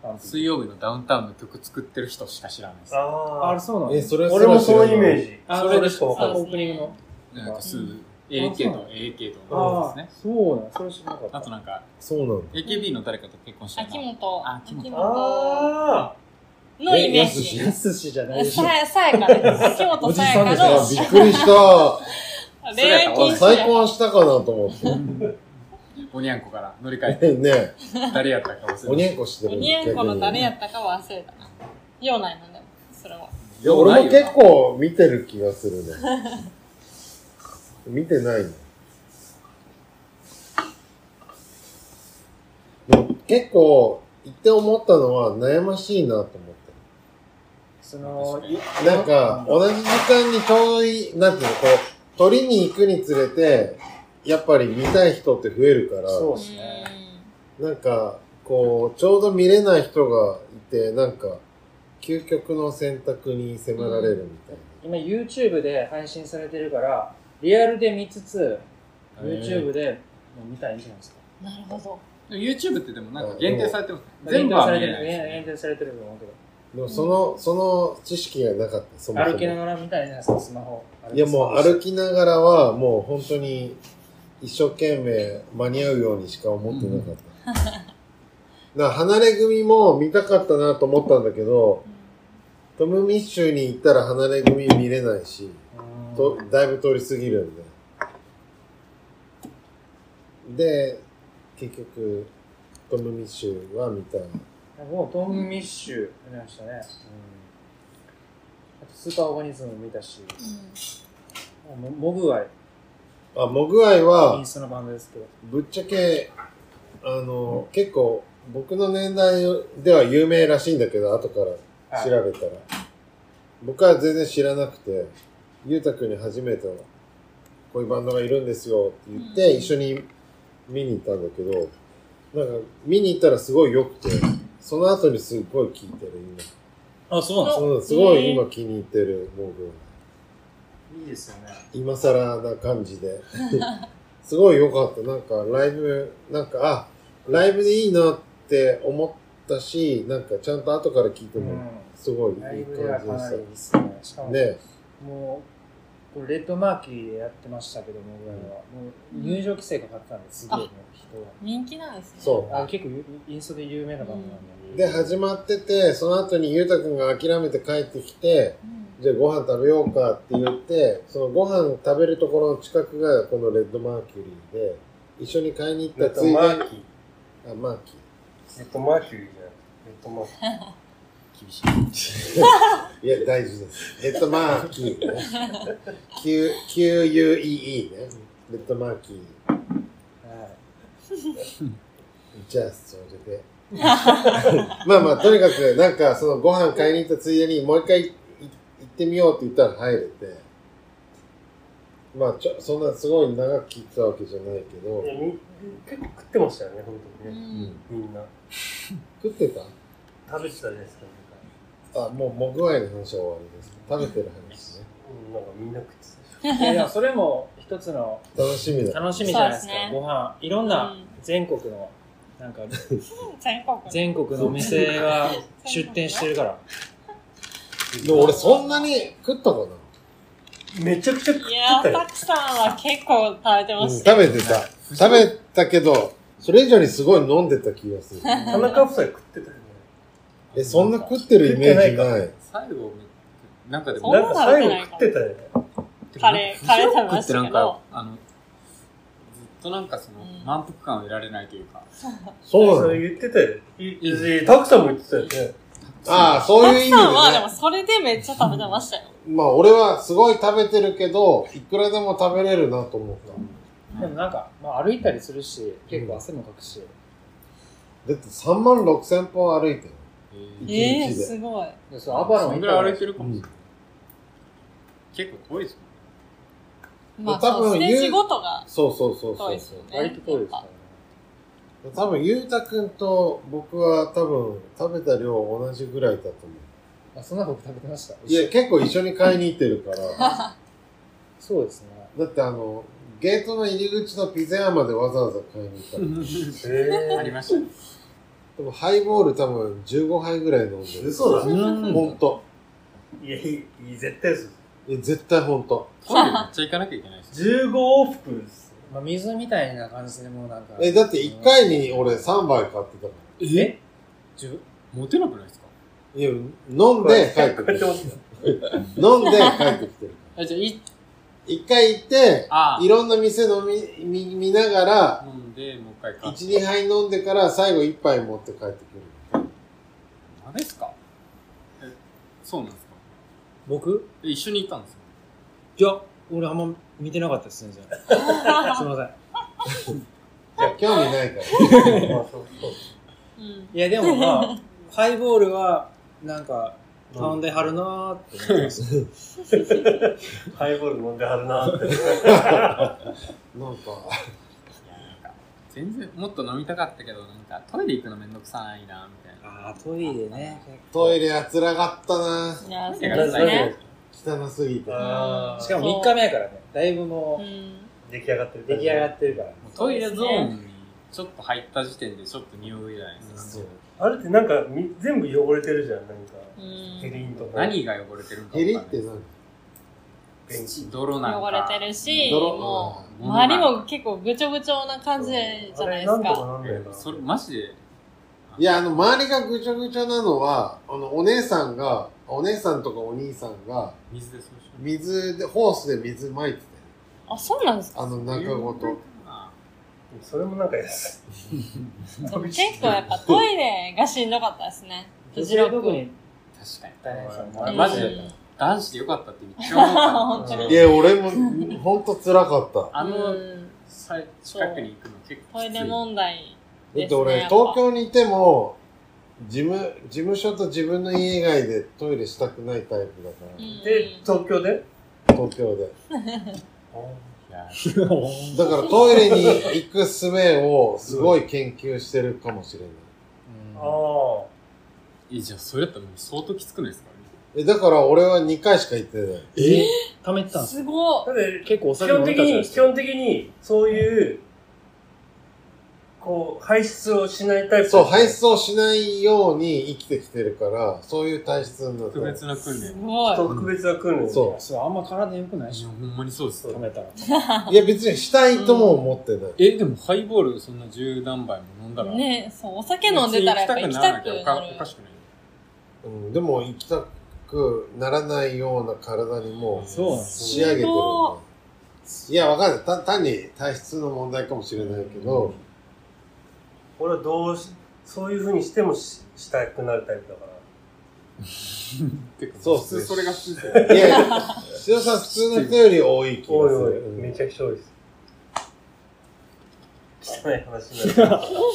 C: パンピ
F: 水
C: ー。
F: 曜日のダウンタウンの曲作ってる人しか知らないです。
E: あ
C: あれ
E: あ。
C: そうなん
B: え、
C: です
B: それすら
E: 俺もそういうイ
B: 知ら
E: メージ。そ
B: ない
C: あ
E: れでしかわかん
D: そ
E: ない。
C: オ
D: う
C: ープニングの。
F: なんかす
D: う
F: ぐ
D: ん、
F: AK と AK と
C: あ
F: の
C: あ
F: ですね。
C: そうなんそれ知らなかった。
F: あとなんか、
B: そうなんだ。
F: AKB の誰かと結婚した
D: 秋元。
F: あ秋元
E: あ
D: 元のイメー
B: え
D: ジ。
C: やすしじゃないでしょ
D: さ。や、さやかです。秋
B: お
D: 元
B: じ
D: さ
B: さ
D: や
B: ん
D: か
B: でしょび
D: の
B: っくりした。
D: 恋愛禁止。
B: 再婚したかなと思っ
F: おにゃんこから乗り換えて
B: て。
D: [laughs]
B: ね
F: 誰やったか忘
B: おに
F: れ
B: ゃんこして
D: お
B: る
D: にゃんこの誰や
B: 逆に
D: ったかは忘れたな。ようないのでも、それは。
F: て
B: いや俺も結構見てる気がす
D: [laughs]
B: るね。見てないの。でも結構、行って思ったのは悩ましいなと思って。
C: その、
B: なんか、同じ時間にちょうどいい、なんていうの、こう、取りに行くにつれて、やっぱり見たい人って増えるから、
C: そう
D: う
C: ですね。
D: ん。
B: なんか、こう、ちょうど見れない人がいて、なんか、究極の選択に迫られるみたいな。
C: 今 YouTube で配信されてるから、リアルで見つつ、YouTube でもう見たらいいんじゃないですか。
D: なるほど。
F: YouTube ってでもなんか限定されてますね
C: まあ
F: 全部は見
C: 限定されてる
F: えないですね
C: 限定されてると思うけど。
B: でも、その、その知識がなかった、そもそ
C: 歩
B: も。
C: きながらみたいじゃないですか、スマホ。
B: いや、もう
C: 歩
B: 歩きながらは、もう本当に、一生懸命間に合うようにしか思ってなかった。だか
C: [laughs]
B: ら離れ組も見たかったなと思ったんだけど、トム・ミッシュに行ったら離れ組見れないし、とだいぶ通り過ぎるんで。で、結局、トム・ミッシュは見た。
C: もうトム・ミッシュ見ましたね。うんあとスーパーオーガニズム見たし、もうモグワイ、
B: あ、モグアイ
C: イ
B: は
C: ン、スタのバンドですけど。
B: ぶっちゃけ、あの、結構、僕の年代では有名らしいんだけど、後から調べたら。僕は全然知らなくて、ゆうたくんに初めて、こういうバンドがいるんですよって言って、
D: うん
B: 一緒に見に行ったんだけど、なんか、見に行ったらすごい良くて、その後にすっごい聴いてる、今。
C: あ、そう
D: なんですか
B: そうすごい今気に入ってる、モーグ
C: いいですよね。
B: 今更な感じで。すごい良かった。なんかライブ、なんか、あ、ライブでいいなって思ったし、なんかちゃんと後から聞いて
C: う
B: も、
C: ん。
B: すごいいい
C: ライ
B: 感じ
C: ブで
B: で
C: はかな
B: し
C: りいいですね。しか
B: た。
C: も、
B: ね、
C: もう、これレッドマーキーでやってましたけども、僕らは。もう入場規制かかってたんですごいもう人
D: 人気なんですね。
B: そ
C: が。あ結構ゆインスタで有名なバンドなん
B: う。
C: で。
B: で、始まってて、その後にゆうたくんが諦めて帰ってきて、
D: うん。
B: じゃあご飯食べようかって言って、そのご飯食べるところの近くがこのレッドマーキュリーで、一緒に買いに
E: ネ
B: 行っ
E: ット
B: たついでに、
E: マ
B: あ
E: ーキー。、
B: マーキ
E: ネットマーキーじゃなくて、ネットマーキー。
F: 厳しい。
B: ー。いや、大事です。レッドマーキーね。Q- QUEE ね。レッドマーキー。
C: はい
B: じゃあ、それで。まあまあ、とにかく、なんか、そのご飯買いに行ったついでに、もう一回い行ってみようって言ったら入れて、まあ、ちょそんなすごい長く聞いてたわけじゃないけど
E: い、やみ結構食ってましたよね、本当
D: う
E: にね。
D: ん。
E: みんな。
B: 食ってた
E: 食べてたじゃないですか、なんか。
B: あ、もう、もぐわいの話は終わりです。食べてる話ね。
E: うん、なんかみんな食ってたし。
C: いやでもそれも一つの
B: 楽しみだ。
C: 楽しみじゃないですか。
D: そうですね
C: ご飯、いろん
D: う
C: なん全国の、なん [laughs] か、
D: 全国の。
C: 全国のお店が出店してるから。
B: でも俺、そんなに食ったかな
E: めちゃくちゃ食っ
D: い
E: て
D: や
E: た
D: ー、
E: よ
D: た。くさんは結構食べて
B: う
D: ま
B: ん、[laughs]
D: し
B: 食
D: たよ。
B: べてた。食べたけど、それ以上にすごい飲んでた気がす
D: [laughs]
B: る。
E: 田中夫妻食ってたよね。
B: え、そんな食ってるイメージない。
F: 最後、なんかで
D: そん
F: も、
D: な
E: なん
D: の
E: か
D: 食べ
E: 最
D: て
E: 後
D: ないかも
E: 食ってたよね。
D: カレーカレー食べましたけど
F: なんか、あの、ずっとなんかその
D: うん、
F: 満腹感を得られないというか、
B: そうな
E: そ
B: の
E: れ言ってたよ。いいたくさんも言ってたよね。
B: ああ、そういう意味で、ね。
D: さんはでもそれでめっちゃ食べてましたよ。
B: まあ俺はすごい食べてるけど、いくらでも食べれるなと思った。
C: でもなんか、まあ歩いたりするし、結構汗もかくし。
B: だって3万6千歩歩いてる。
F: え
B: ん
F: ー
D: ええ
B: 一日で
D: すごい。
C: でそう、アバロ
F: そ
C: ン
F: ん
C: 行
F: ぐ
C: った
F: ら
C: ら
F: い歩いてるかもしれない。結構遠いですもんね。
D: まあ、
B: 多分
D: そうステージごとが
B: そうそうそう
D: 遠
B: そ
D: いうですよね。
C: 割と遠いですからね。
B: 多分、ゆうたくんと僕は多分食べた量同じぐらいだと思
C: あ、そんな僕食べてました。
B: う。いや、結構一緒に買いに行って
D: [laughs]
B: るから。
C: そうですね。
B: だってあの、ゲートの入り口のピザ屋までわざわざ買いに行ったの。
F: [laughs] ありましたね。
B: でもハイボール多分15杯ぐらい飲んでる。
E: 嘘だ
B: ほんと。
E: いや、いいいい、絶対です。
B: え絶対ほんと。
F: トイレめっちゃ行かなきゃいけないですね。
E: 15往復です。
C: まあ水みたいな感じでもうなんか。
B: え、だって1回に俺3杯買ってたの。
C: え
F: じゅモテなくないですか
B: いや、飲んで帰ってく
E: こうやって持。
B: る
E: ってた
B: 飲んで帰ってきてる。
F: [laughs] え、じゃあ、い
B: 一回行って、
F: ああ
B: いろんな店飲み、見、見ながら、
F: 飲んで、もう一回買
B: 1、
F: って
B: 2杯飲んでから最後1杯持って帰ってくる。
F: あれですかえ、そうなんですか
C: 僕
F: え一緒に行ったんですよ。
C: いや、俺あんま見てなかったですね、 [laughs] 全然すみません。
B: 興味ないから。
E: まあ、そうそう。
D: うん。
C: いや、でもまあ、ハイボールは、なんか、頼んではるなーって思ってます。 [laughs]
E: ハイボール飲んではるなって。
B: なんか、
F: 全然、もっと飲みたかったけど、なんか、トイレ行くのめんどくさいな、みたいな。
C: ああ、トイレね。
B: トイレは辛かったない
D: や、そう
F: いや
D: ですね。
B: 汚すぎて。
E: ああ、
C: しかも3日目やからね、だいぶも
D: うん。
E: 出来上がってる。
C: う出来上がってるから。
F: もうトイレゾーンにちょっと入った時点でちょっと匂うじゃないです
B: そ
F: か。
B: う
E: あれってなんかみ全部汚れてるじゃん、なんか。
D: うん
E: ヘリンとか。
F: 何が汚れてるのか
B: ヘリ
F: わ
B: っ
F: かん
B: て
F: ない。
B: 何
E: ベンチ。
F: 泥なんか。
D: 汚れてるし、
B: 泥
D: もう、
F: うん
D: 周りも結構ぐちょぐちょな感じじゃないです
E: あれなんとか
D: か。
E: なんだよな。
F: それ、マジで。
B: いや、あの、周りがぐちゃぐちゃなのは、あの、お姉さんが、お姉さんとかお兄さんが、
F: 水でそうしよう
B: 水で、ホースで水撒いて
D: あ、そうなんです
B: たよ。あ
D: か
B: の、中ごと。
F: ま
E: それもなんか安
D: でも結構やっぱトイレがしんどかったですね。
C: 女性は特に
F: あ確かに。
C: 大変ですよね。
D: う
F: あ
D: ん
F: れマジで男子でよかったってめっちゃ思
D: [laughs]
F: ったの。
D: 本当
B: い
D: に。
B: や、俺も、ほんと辛かった。
F: あ
D: う
F: の、
D: ん
F: さ近くに行くの結構
D: トイ
F: きつい
D: レ。問
B: だ
D: 題
B: っ
D: で
B: て
D: すね。
B: 俺、
D: やっぱ
B: 東京にいても、事務、事務所と自分の家以外でトイレしたくないタイプだか
D: う
B: ら、
E: い。で、
D: ん。
E: 東京で
B: 東京で。
F: いや
B: だからトイレに行く術をすごい研究してるかもしれない。
E: あ
C: うん
E: あ。
F: え、じゃあそれだったらもう相当きつくないですか
B: え、だから俺は2回しか行ってない。
C: え溜めてたんです
D: すご。
E: だって、
C: 結構お
E: 基
C: 酒飲
E: 本
C: んで
E: 的
C: たじゃない
E: に、
C: です
E: 基
C: か。
E: 本的に、そういう、こう、排出をしないタイプ。
B: そう、排出をしないように生きてきてるから、そういう体質になった
F: 特。別ない訓
D: す
F: 練。
D: ごい。
E: 特別な訓練。
B: そ
C: そう、あんま体良くない
F: い
C: し
F: や、ほ、んまにそうです
C: 溜。めたら。
B: いや、別にしたいとも思ってない。
F: え、でもハイボールそんな十何杯も飲んだら。
D: ねそう、お酒飲んでたらやっぱ行きたく
F: 別に行きたくなら
D: な
F: なきゃおかお
D: る
F: か。しくない。
B: うん、でも行きたくならないような体にもう
C: そうなんです
B: 仕上げてるんだよ。いや、わかんない。た単に体質の問題かもしれないけど、
E: 俺はどうし、そういう風にしてもししたくなるタイプだから。
B: そう
G: 普通それが普通だよ。
B: いやいや、しおさん普通の人より多い気
E: お
B: が
E: い
B: す
E: おい
B: る、。
E: めちゃくちゃ多いです。汚い話にな
B: [laughs]
E: る。
B: うん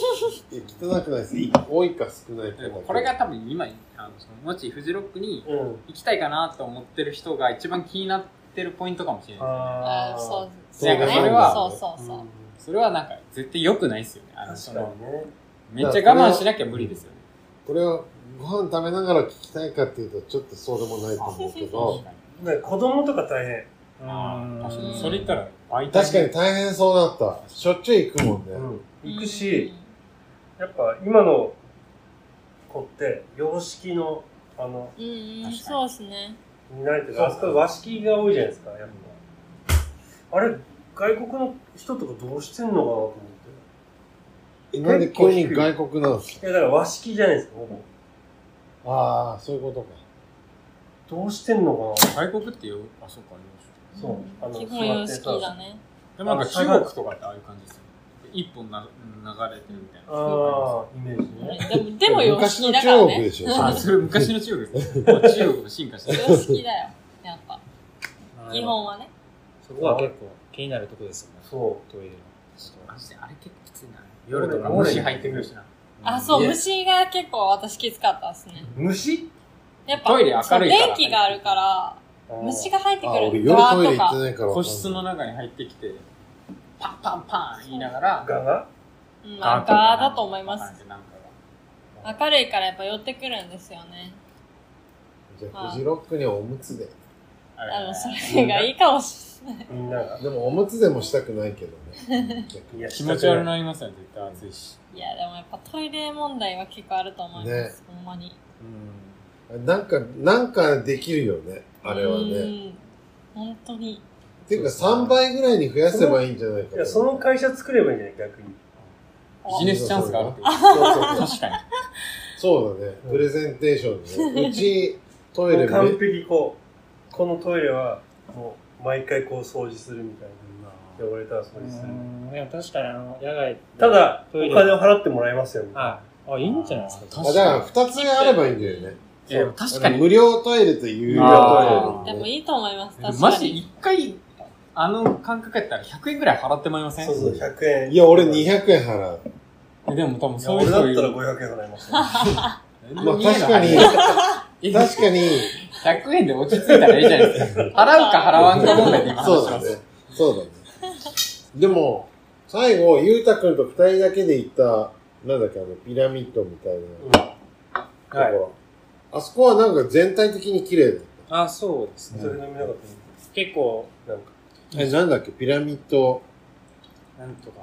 B: 汚くないです。多いか少ないかだけど。
F: これが多分今、あのそのもちフジロックに
E: うん。
F: 行きたいかなと思ってる人が一番気になってるポイントかもしれない。
E: あ
D: あ
E: あ。
D: ーそう
F: そうだ
D: ね。
F: それは
D: そうそうそう。
F: それはなんか絶対良くないですよね。あのそ
E: 確か
F: の
E: にね。
F: めっちゃ我慢しなきゃ無理ですよね。
B: これをご飯食べながら聞きたいかっていうと、ちょっとそうでもないと思うけど、
E: ね子供とか大変。
F: あ
D: う
F: ー
D: ん
F: それ言ったら媒体
B: 確かに大変そうだった。しょっちゅう行くもんね。
E: うん。行くし、やっぱ今の子って、洋式の、あの、
D: うん、うんうん、
F: 確かに
D: そうですね。
E: になれてる、あそこ和式が多いじゃないですか、やっぱ。あれ、外国の人とかどうしてんのかなと思っ
B: えなんで急に外国なんですか
E: て。いや、だから和式じゃないですか、ほぼ。
B: ああ、そういうことか。
E: どうしてんのかな
F: 外国ってよ、あ、そうか、よ
E: そうあの
D: 基本様式だね。
F: しでもなんか中国とかってああいう感じですよね。一本な流れてるみたいな。
E: ああ、イメージね。
D: でも、でも様
B: 昔
D: 式
B: の
D: だから
B: 中国
D: ね。
B: でしょ。
F: あ、それ昔の中国ですね。まあ中国も進化してる。
D: 様式だよ。やっぱ。基本はね。
C: そこは結構気になるとこですよね。
E: そ
C: トイレの。
F: マジであれ結構きついな。夜とか虫入ってくるしな。
D: あ、そう、
E: ね
D: 虫が結構私きつかったですね。
E: う。虫
D: やっぱ、
F: トイレ明るいから
D: そう電気があるから、虫が入って
B: あ、
D: く
B: 俺
D: る。
B: 夜トイレ行
D: ガ
B: ってないからわかんない。
F: 個室の中に入ってきて、パンパンパン言いながら、
E: ガが
D: うん、まあ、ガーだと思いま
F: なん
D: す。
F: かなんか
D: 明るいからやっぱ寄ってくるんですよね。
B: じゃあ、フジロックにおむつで。
F: が
D: あの、それがいいかもしれない。
E: みんなが。
B: でもおむつでもしたくないけどね。逆
E: いや、
F: 気持ち悪
E: い。
F: なりますよね、絶対暑いし。
D: いや、でもやっぱトイレ問題は結構あると思います。ほんまに。
B: になんか、なんかできるよね。あれは
D: う
B: ね。
D: ん。本当に。
B: っていうか3倍ぐらいに増やせばいいんじゃないか
E: い
B: な
E: や、その会社作ればいいんじゃない逆に。
F: ビジネスチャンスがあるってこ
B: そうそう
F: と。確かに。
B: [laughs] そうだね。プレゼンテーションね。うち、トイレ
E: 完
B: め
E: 璧こう、このトイレは、もう、毎回こう掃除するみたいな。汚れたら掃除する。
C: うん、でも確かにあの、野外。
E: た、だ、お
C: トイレ
E: 金を払ってもらえますよ。みたいな
C: はい。あ、いいんじゃないですか。
B: あ、だから2つあればいいんだよね。
F: えー確かに
B: あの無料トイレと有料ト
F: あ
D: で
B: イレ、
D: も
B: ね。
D: いいと思います。確か
F: マジ
D: に。
F: 一回、あの感覚やったら100円ぐらい払ってもらいません
E: そうそう、100円。
B: いや、俺200円払う。
F: えでも多分
E: い
F: そ
E: や
F: ういう
E: 俺だっ
F: 人い
E: たら
F: る。
E: 500円払います。
B: まあ確かに、
F: に [laughs]
B: 確かに、
F: 100円で落ち着いたらいいじゃないですか。払うか払わんか問題で今話
B: そう
F: し
B: だ
F: ます。
B: ね。そうだね。でも、最後、ゆうたくんと二人だけで行った、なんだっけ、あの、ピラミッドみたいなとこ
C: はい。
B: ろ。あそこはなんか全体的に綺麗だっ
C: あ、そうです
E: それ
C: ね。
E: 飲みなかった
C: 結構、
E: なんか。
B: た。え、なんだっけ、ピラミッド、
C: なんとか。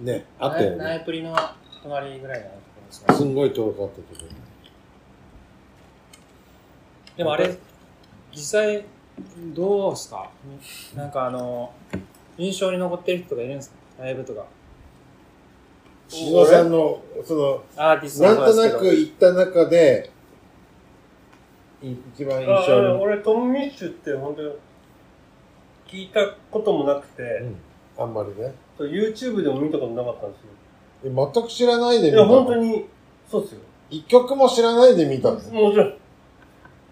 B: ね、あったよ
C: ナ
B: ね。
C: イプリの隣ぐらいのところです
B: す
C: ね。
B: んごい遠かったけど。
C: でもあれ、実際、どうですかなんかあの、印象に残ってる人がいるんですかライブとか。
B: しのさんの、その、
C: アーティスト
B: なん
C: も
B: と
C: そうで
B: な
C: す
B: く行った中で、い一番印
E: あー
B: 象に、
E: 俺、トム・ミッシュって本当に聞いたこともなく
B: う
E: て、
B: ん、あんまりね。
E: そう YouTube でも見たことなかったんですよ。
B: え全く知らないで
E: い
B: 見
E: や、
B: たの。
E: 本当に、そうっすよ。
B: 一曲も知らないで見たの。
E: もちろ。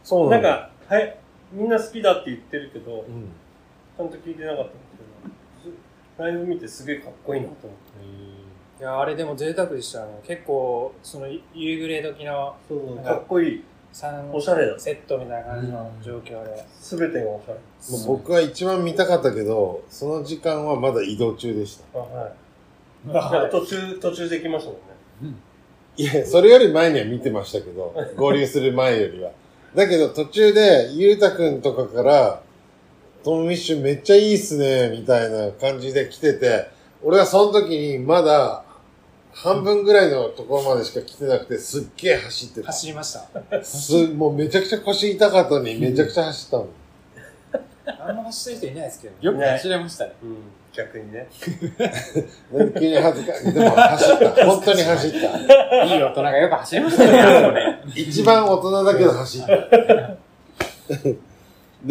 B: そうん
E: な
B: な
E: ん
B: んだ。
E: か、はい、みんな好きだって言ってるけど
B: う、ん。
E: ちゃんと聞いてなかったんですけど、ライブ見てすげえかっこいいなと思っ
C: いや、あれでも贅沢でしたね。結構、その、夕暮れ時の
E: て。そうそう、かっこいい。
C: 3
E: おしゃれだ。
C: セットみたいな感じの状況で。
E: すべてがおしゃれ。
B: もう僕は一番見たかったけど、その時間はまだ移動中でした。
E: あはい。だから途中、途中で来ましたもんね。
B: いや、それより前には見てましたけ [laughs] ど、合流する前よりは。だけど途中で、ゆうたくんとかから、トム・ミッシュめっちゃいいっすね、みたいな感じで来てて、俺はその時にまだ、半分ぐらいのところまでしか来てなくて、すっげえ走ってた。
C: 走りました。
B: す、もうめちゃくちゃ腰痛かったのに、めちゃくちゃ走ったの。
C: あんま走ってる人いないですけど、
F: よく走れましたね。
E: うん、逆にね。
B: なんで急に恥ずかしい。でも走った。本当に走った。
F: いい大人がよく走りましたね、あそこね。
B: 一番大人だけど走った。で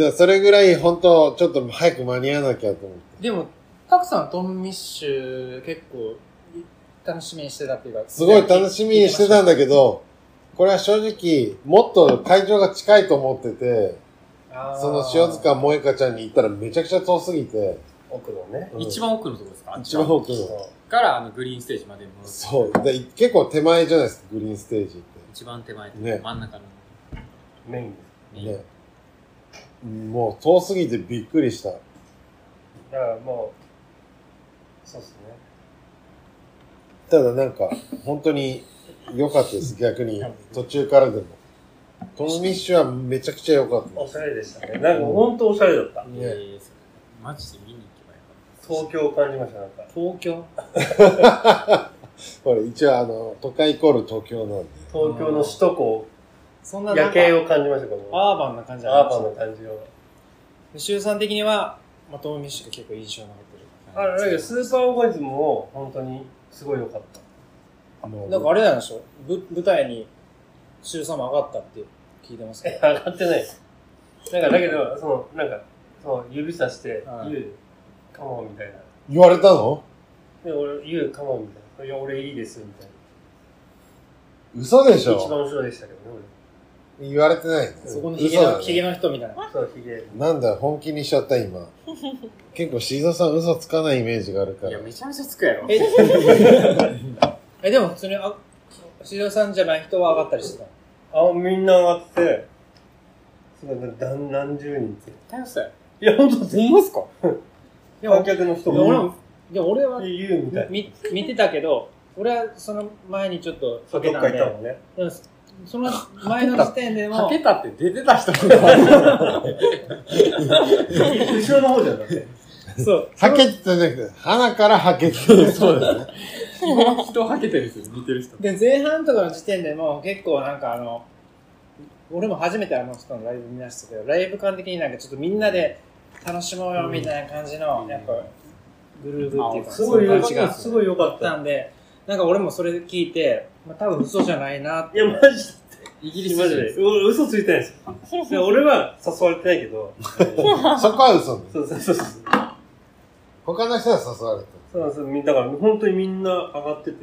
B: もそれぐらい本当ちょっと早く間に合わなきゃと思って。
C: でも、たくさんトンミッシュ結構い楽しみにしてたっていうか。
B: すごい楽しみにしてたんだけど、これは正直、もっと会場が近いと思ってて、
C: あー
B: その塩塚萌香ちゃんに行ったらめちゃくちゃ遠すぎて、
E: 奥のね。
B: うん
F: 一番奥のところですか
B: 一番奥の。
F: からあのグリーンステージまで戻す。
B: そう。で結構手前じゃないですか、グリーンステージっ
F: 一番手前、
B: ね
F: 真ん中の
E: メインで
F: メ
B: て。
F: イン。
B: ね。もう遠すぎてびっくりした。
E: す。だからもう、そうですね。
B: ただなんか、本当に良かったです、逆に。途中からでも。トムミッシュはめちゃくちゃ良かった
E: お
B: です
E: しゃれでしたね。なんか本当おしゃれだった。
B: ね
F: えーマジで見に行けばよかっ
E: 東京を感じました、なんか。
C: 東京
B: これ一応あの、都会イコール東京なんで。
E: 東京の首都高、
C: そんななん
E: 夜
C: か
E: 景を感じました、この。
C: アーバンな感じじゃない
E: アーバンの感じを。
C: でシュウさん的には、まあ、トンミッシュが結構印象に残ってる。
E: あだけど、スーパーオーガニズムも本当にすごい良かった。
B: もう
C: なんかあれなんでしょぶ舞台に、シュウさんも上がったって聞いてますけど。
E: [laughs] 上がってない。なんか、だけど、その、なんか、その指さして
C: は、い
E: 言う、カモンみたいな。
B: 言われたの
E: で、俺、言う、カモンみたいな。いや、俺いいです、みたいな。
B: 嘘でし
E: 一番
B: ょ
E: 後ろでしたけどね、
B: 言われてないね
C: そこのヒゲ
B: 嘘だ
C: の、
B: ね
C: ヒゲの人みた
E: [laughs]
C: いな。
E: 俺。そう、ヒゲ。
B: なんだ、本気にしちゃった今。結構、シーザさん嘘つかないイメージがあるか
F: た。い
B: ら
F: や、。めちゃめちゃつくやろ。
C: ええ、でも普通に、あ、シウさんじゃない人は上がったりしてたの
E: あ、みんな上がってて、すごい、なんか何何十人って。
F: 大したよ。
E: いや、ほんと、ほんますか
C: でも
E: 観、客の人
C: いや俺
E: が
C: も、いや俺は
E: 言うみたいな。
C: 見見てたけど、俺はその前にちょっと
E: ど
C: か
E: っか
C: け
E: 行
C: た
E: った
C: んで、
E: もんね。
C: うんその前の時点で
F: か
C: も
F: け、たって出てた人もい [laughs] た
E: 後ろの方じゃなくて。
C: そう、
B: はけてたんじゃなくて、鼻からはけてる。そうですね。
F: 人はけてるんですよ、似てる人。
C: で、前半とかの時点でもう結構なんかあの、俺も初めてあの人のライブ見ましたけど、ライブ感的になんかちょっとみんなで楽しもうよみたいな感じの、やっぱ、グルーブっていうか、
F: あ
E: すごい
C: そう
E: 良
C: う
E: か
C: 感
E: っ
C: じ
E: た。
C: が
E: すごい良
C: あ
E: か
C: っ
E: ったた。
C: んで、なんか俺もそれ聞いて、まあ多分嘘じゃないなって。
E: いや、マジ
F: イギリ
E: で、
F: ス
E: マ
F: 人
E: ジで
F: で。す。
E: 俺嘘ついてないですよ。で俺は誘われてないけど。
B: そこは嘘ね。
E: そうそうそうそう。
B: 他の人は誘われた。
E: そうなんですよみんなだから、本当にみんな上がってて、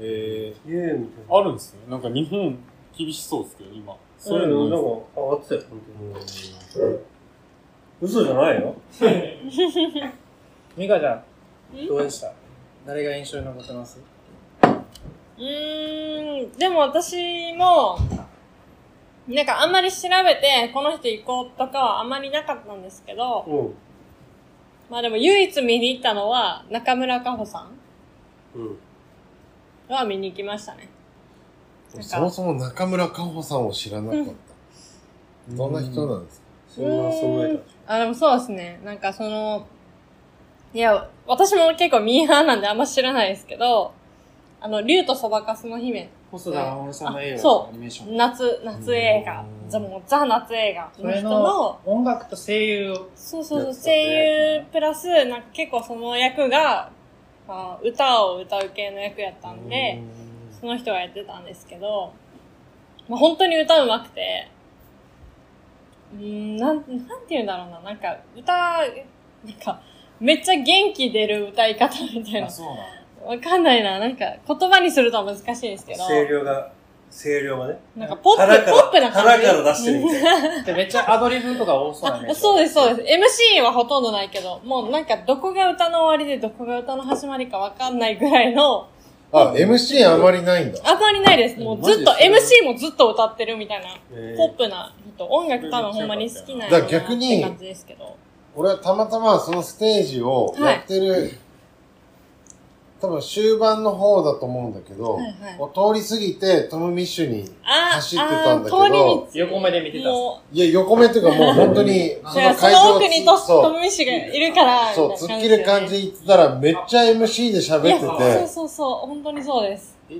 F: え
E: イエーイみたい
F: ー、
E: な。
F: あるんですね。なんか日本厳しそうですけど、今。
E: そういうの、なんか上がってたよ、本当に。嘘じゃないよ。
C: ミカちゃん、どうでした誰が印象に残ってます
D: うーん、でも私も、なんかあんまり調べて、この人行こうとかはあんまりなかったんですけど、
E: うん。
D: まあでも唯一見に行ったのは、中村かほさん
E: うん。
D: は見に行きましたね。なんか
B: そもそも中村かほさんを知らなかった。どんな人なんですか
E: そんな、そんぐらいだ。
D: あ、でもそうですね。なんかその、いや、私も結構ミーハーなんであんま知らないですけど、あの、竜とそばかすの姫、
C: 細田守さんの映
D: あ
C: 画
D: そう
C: アニメーション。
D: 夏、夏映画
B: う、ん
D: ザ、もうザ夏映画
C: そ
D: の
C: れ
D: 人
C: の
D: の、
C: 音楽と声優を
D: そうそうそ
E: やつ
D: う、
E: だね
D: 声優プラス、なんか結構その役が、あ歌を歌う系の役やったんで、その人がやってたんですけど、まあ、本当に歌うまくて、うーんなん、なんて言うんだろうな、なんか歌、なんか、めっちゃ元気出る歌い方みたいな。
C: そうな
D: わかんないな、なんか言葉にするとは難しいんですけど、
E: 声量が、声量がね。
D: なんかポップ、
E: 腹か
D: ポ
E: ら
D: ップな感じ。
E: 腹から出してる
D: [laughs]
E: みたいな。
C: んでめっちゃアドリブとか多そうなイメー
D: あ
C: ジ
D: そうです、そう
C: す。
D: です。MC はほとんどないけど、もうなんかどこが歌の終わりでどこが歌の始まりかわかんないぐらいの、
B: あ、MC あまりないんだ。
D: あんまりないです。もうずっと、
F: マジで
D: MC もずっと歌ってるみたいな、
E: え
D: ポップな人、音楽多分ほんまに好きなんや
B: だか
D: ろう
B: ら
D: な
B: 逆
D: っ
B: に
D: て感じですけど。
B: 俺はたまたまそのステージをやってる、多分終盤の方だと思うんだけど、
D: はいはい
B: を通り過ぎてトム・ミッシュに、
D: あ
B: 走
D: ー、
B: ってた
D: あ
B: んだ
D: ー、
B: けど
D: 通り
C: 横目で見て
D: 道。
C: た。
D: も
B: いや、横目というか
D: [laughs]
B: もう本当に、
D: う、その奥にとトムミッシュがいるから、
B: そう、
D: み
B: そう、
D: た
B: 突
D: い
B: っ
D: な
B: 切る感じで言ってたらめっちゃ MC で喋
D: ですよねいや、そう
B: ってて、
D: そうそう、本当にそうです。
C: え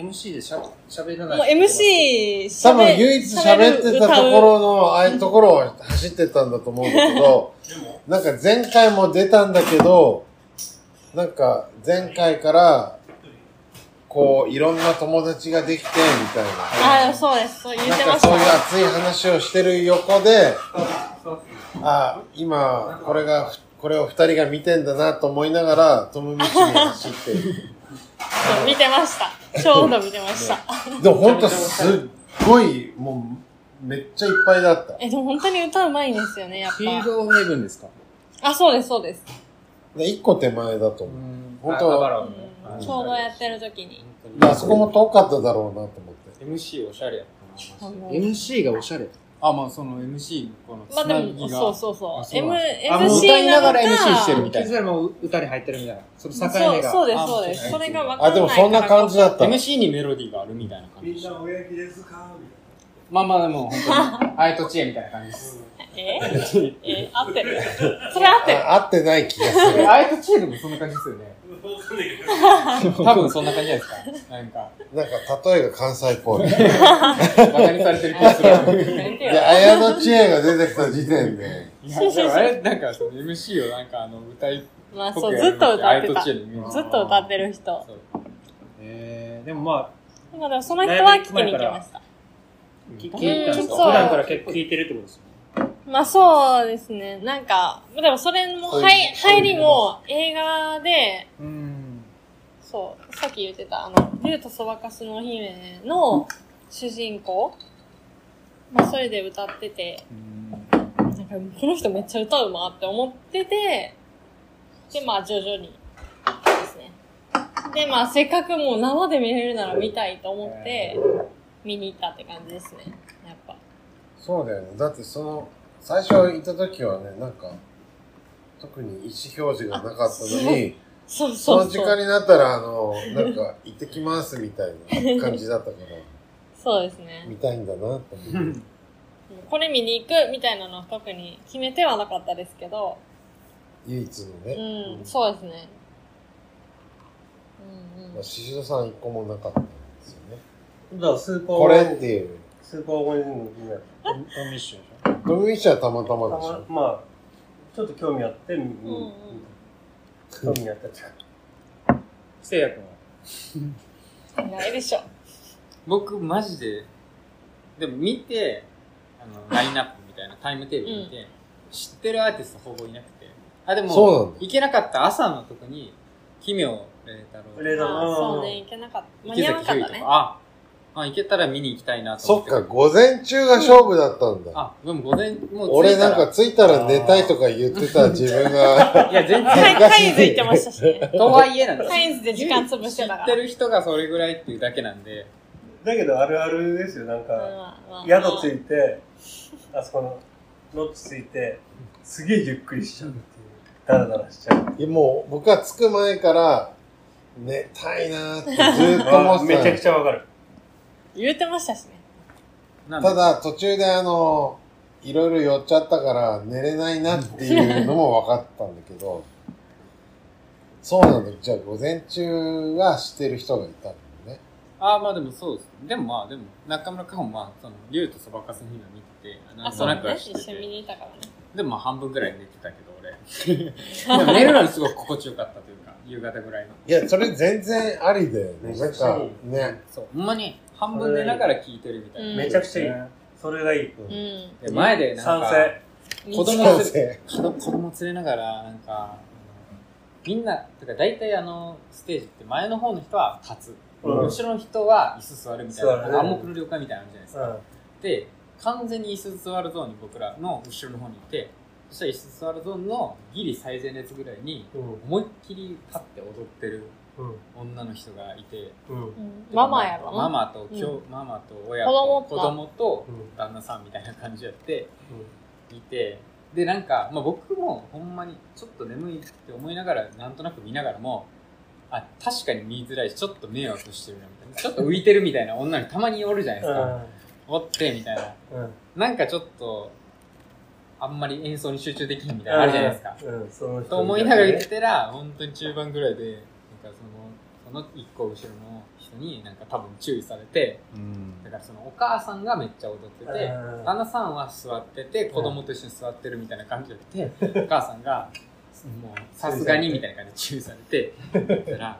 C: MC でしゃ喋らない。
D: もう MC し
B: 多分唯一喋ってたところの、ああいうところを走ってたんだと思うんだけど、なんか前回も出たんだけど、なんか前回から、こう、いろんな友達ができて、みたいな。
D: ああ、そうです。そう言っ
B: な
D: て
B: ん
D: ま
B: か
D: した
B: そういう。熱い話をしてる横で、ああ、今、これが、これを二人が見てんだなと思いながら、トム道に走ってる。
D: そう見てました。ちょうど見てました。 [laughs]
B: でも本当すっごい、もう、めっちゃいっぱいだった。
D: え、でも本当に歌うまいんですよね、やっ
F: ヒー
D: ぱ。
F: ローヘブンですか
D: あ、そうです、そうです。
B: で、一個手前だと思う。本当
C: あバ
B: は、
C: ラ
D: う
C: を
D: ん
C: ね
F: あ
D: ちょうどやってる時に。
B: まあそこも遠かっただろうなと思って。
E: MC おしゃれや
D: あの
G: MC がおしゃれ。
F: あ、まあその MC のこのつ
D: まあ
F: な
D: で
F: ぎ
D: も、
F: が。
D: そうそうそう
F: あ。そう
D: M、
F: なん
D: MC
F: あ
D: な
F: もう
D: の
F: 歌いながら
D: か
F: MC してるみたい
C: そ
F: な。
C: れも歌に入ってるみたいな。その境
D: そ
C: 目
D: う
C: が。
D: そうで
F: あ
D: す、そうで
F: そう
D: す。それが分か
B: あ、
D: んな
B: で
D: い
B: もそんな感じだった。
F: MC にメロディーがあるみたいな感じ
E: みんなおやきですかみ
F: まあまあでも本当に、あやと知恵みたいな感
B: [laughs]
F: じです。
D: ええ、合ってる。それ合ってる。
B: あ合ってない気がする。
F: あやと知恵でもそんな感じですよ
B: [laughs]
F: ね。
E: たいなわかんないけど
F: 多分そんな感じじゃないですか。なんか、
B: なんか例えが関西っ
D: [laughs]
B: ぽい。で、
F: バカにされてる気がする。
B: [laughs]
D: やめてよ
B: 綾野知恵が出てきた時点で、
F: いや、でもあれ、なんかその MC をなんかあの、歌いっ
D: まあ
F: ぽ
D: そ
F: く
D: う、
F: や
D: ず
F: る
D: っと歌って
F: あやと
D: た。
F: 知
D: ず
F: 恵のイメージ。
D: っと歌ってる人。
F: そう
C: えー、でもま
D: まあでもその人は聞きに行きました。
C: あ、聞聞いたんですか
D: うん
C: 普段から結構聞いてるってことですよね。
D: まあそうですね。なんか、でもそれも、はい、入りも映画で、
C: うん。
D: そう、さっき言ってた、あの、竜とそばかすの姫の主人公。まあそれで歌ってて、なんかこの人めっちゃ歌うまって思ってて、でまあ徐々にですね。でまあせっかくもう生で見れるなら見たいと思って、見に行ったって感じですね。やっぱ。
B: そうだよね。だってその、最初行った時はね、なんか、特に意思表示がなかったのに、
D: そう
B: そ
D: そうそ
B: の
D: う。
B: 時間になったら、あの、なんか、行ってきますみたいな感じだったから、
D: そうですね。
B: 見たいんだなと思って。
D: これ見に行くみたいなのは特に決めてはなかったですけど、
B: 唯一の
D: う
B: ね。
D: ん、そうですね。うんう
B: まあ、
D: ん。
B: シシドさん一個もなかったんですよね。
E: だからスーパー
B: これっていう。
E: スーパーオーエンジンの気になる
C: トミッションでしょ。
B: ドミミッシはたまたま
E: た
B: でしょ
E: ま。まあちょっと興味あって、うん
D: うん
E: 興味あったっていうか
C: せいやくんは。
D: ないでしょ。
F: 僕、マジで、でも見て、あの、ラインナップみたいなタイムテーブル見て、知ってるアーティストほぼいなくて。あ、で
B: そうな
F: も
B: んだ、
F: 行けなかった朝のとこに、奇妙麗太
E: レーダ
F: 郎、
E: ー
D: ああ、そうね、
E: の
D: 行けなかった。間
F: 池
D: に合わ
F: 崎
D: なかっ
F: ひゅい
D: た
F: とか
D: ね、。
F: あ、あ、行けたら見に行きたいなと
B: そ
F: 思
B: っ
F: って。
B: か、午前中が勝負だったんだ。
F: あ、でも午前、もう着
B: 俺
F: いた
B: なん
F: ら
B: か着いたら寝たいとか言ってた自分が、
F: [laughs] いや、全
D: カ [laughs] イ
F: 然。
D: カイズ行ってましたしね。
F: とはいえなんです
D: カイズで時間潰してた
F: 知
D: か
F: っ
D: ら。
F: て
D: うん
F: る人がそれぐらいっていうだけなんで、
E: だけどあるあるですよなんか
D: まあまあ
E: 宿ついてあそこのロッチついてすげえゆっくりしちゃうっていうダラダラしちゃう
B: いやもう僕は着く前から、寝たいなーってずーっと思
E: あ
B: って
E: め
B: た
E: ち
B: の
E: ゃくちゃわかる
D: 言うてましたしね。
F: なんで
B: ただ途中であの、いろいろ寄っちゃったから寝れないなっていうのも分かったんだけど、そうなんだ。じゃあ午前中は知ってる人がいたのね。
F: ああ、まあでもそうです。でもまあ、でも、中村かほまあ、その、竜とそばかすの日を見てて、な
D: あ、
F: ん
D: そ
F: と
D: う
F: なく
D: ね
F: は。知って
D: 一緒に見
F: て、
D: に行ったからね。
F: でもまあ半分ぐらい寝てたけど、俺。でも寝るのにすごく心地よかったというか、夕方ぐらいの。
B: いや、それ全然ありだよね。なんか、ね。
F: そう、ほんまに、半分寝ながら聞いてるみたいな。
D: うん
E: めちゃくちゃいいそれがいい
D: うん。
F: で前でなん
E: 賛
F: か、
E: 成
F: 子供
B: そう
F: 連
B: です
F: れ、
B: ね。
F: 子供連れながら、なんか、あのみんな、とか大体あの、ステージって前の方の人は立つ。
E: うん
F: 後ろの人は椅子座るみたい
E: 座
F: な、
E: る
F: なんか暗黙の了解みたいなのあるじゃないですか。
E: うん
F: で完全に椅子座るゾーンに僕らの後ろの方にいてそしたら椅子座るゾーンのギリ最前列ぐらいに
E: うん
F: 思いっきり立って踊ってる
E: うん
F: 女の人がいて
E: うん
D: うんママやろな。
F: ママと、きょ
D: う
F: ママと親
D: 子供
F: と
D: と
F: 子供と
E: うん
F: 旦那さんみたいな感じやっていてでなんか、まあ、僕もほんまにちょっと眠いって思いながらなんとなく見ながらもあ確かに見づらいしちょっと迷惑してるなみたいなちょっと浮いてるみたいな女にたまにおるじゃないですか、おってみたいな
E: うん
F: なんかちょっと、あんまり演奏に集中できひんみたいなのあるじゃないですか。
E: うんその人
F: と思いながら言ってたら、本当に中盤ぐらいで、なんかその、その一個後ろの人になんか多分注意されて、だからそのお母さんがめっちゃ踊ってて、
E: うん
F: 旦那さんは座ってて、子供と一緒に座ってるみたいな感じで、お母さんが、もう、さすがにみたいな感じで注意されて、だったら、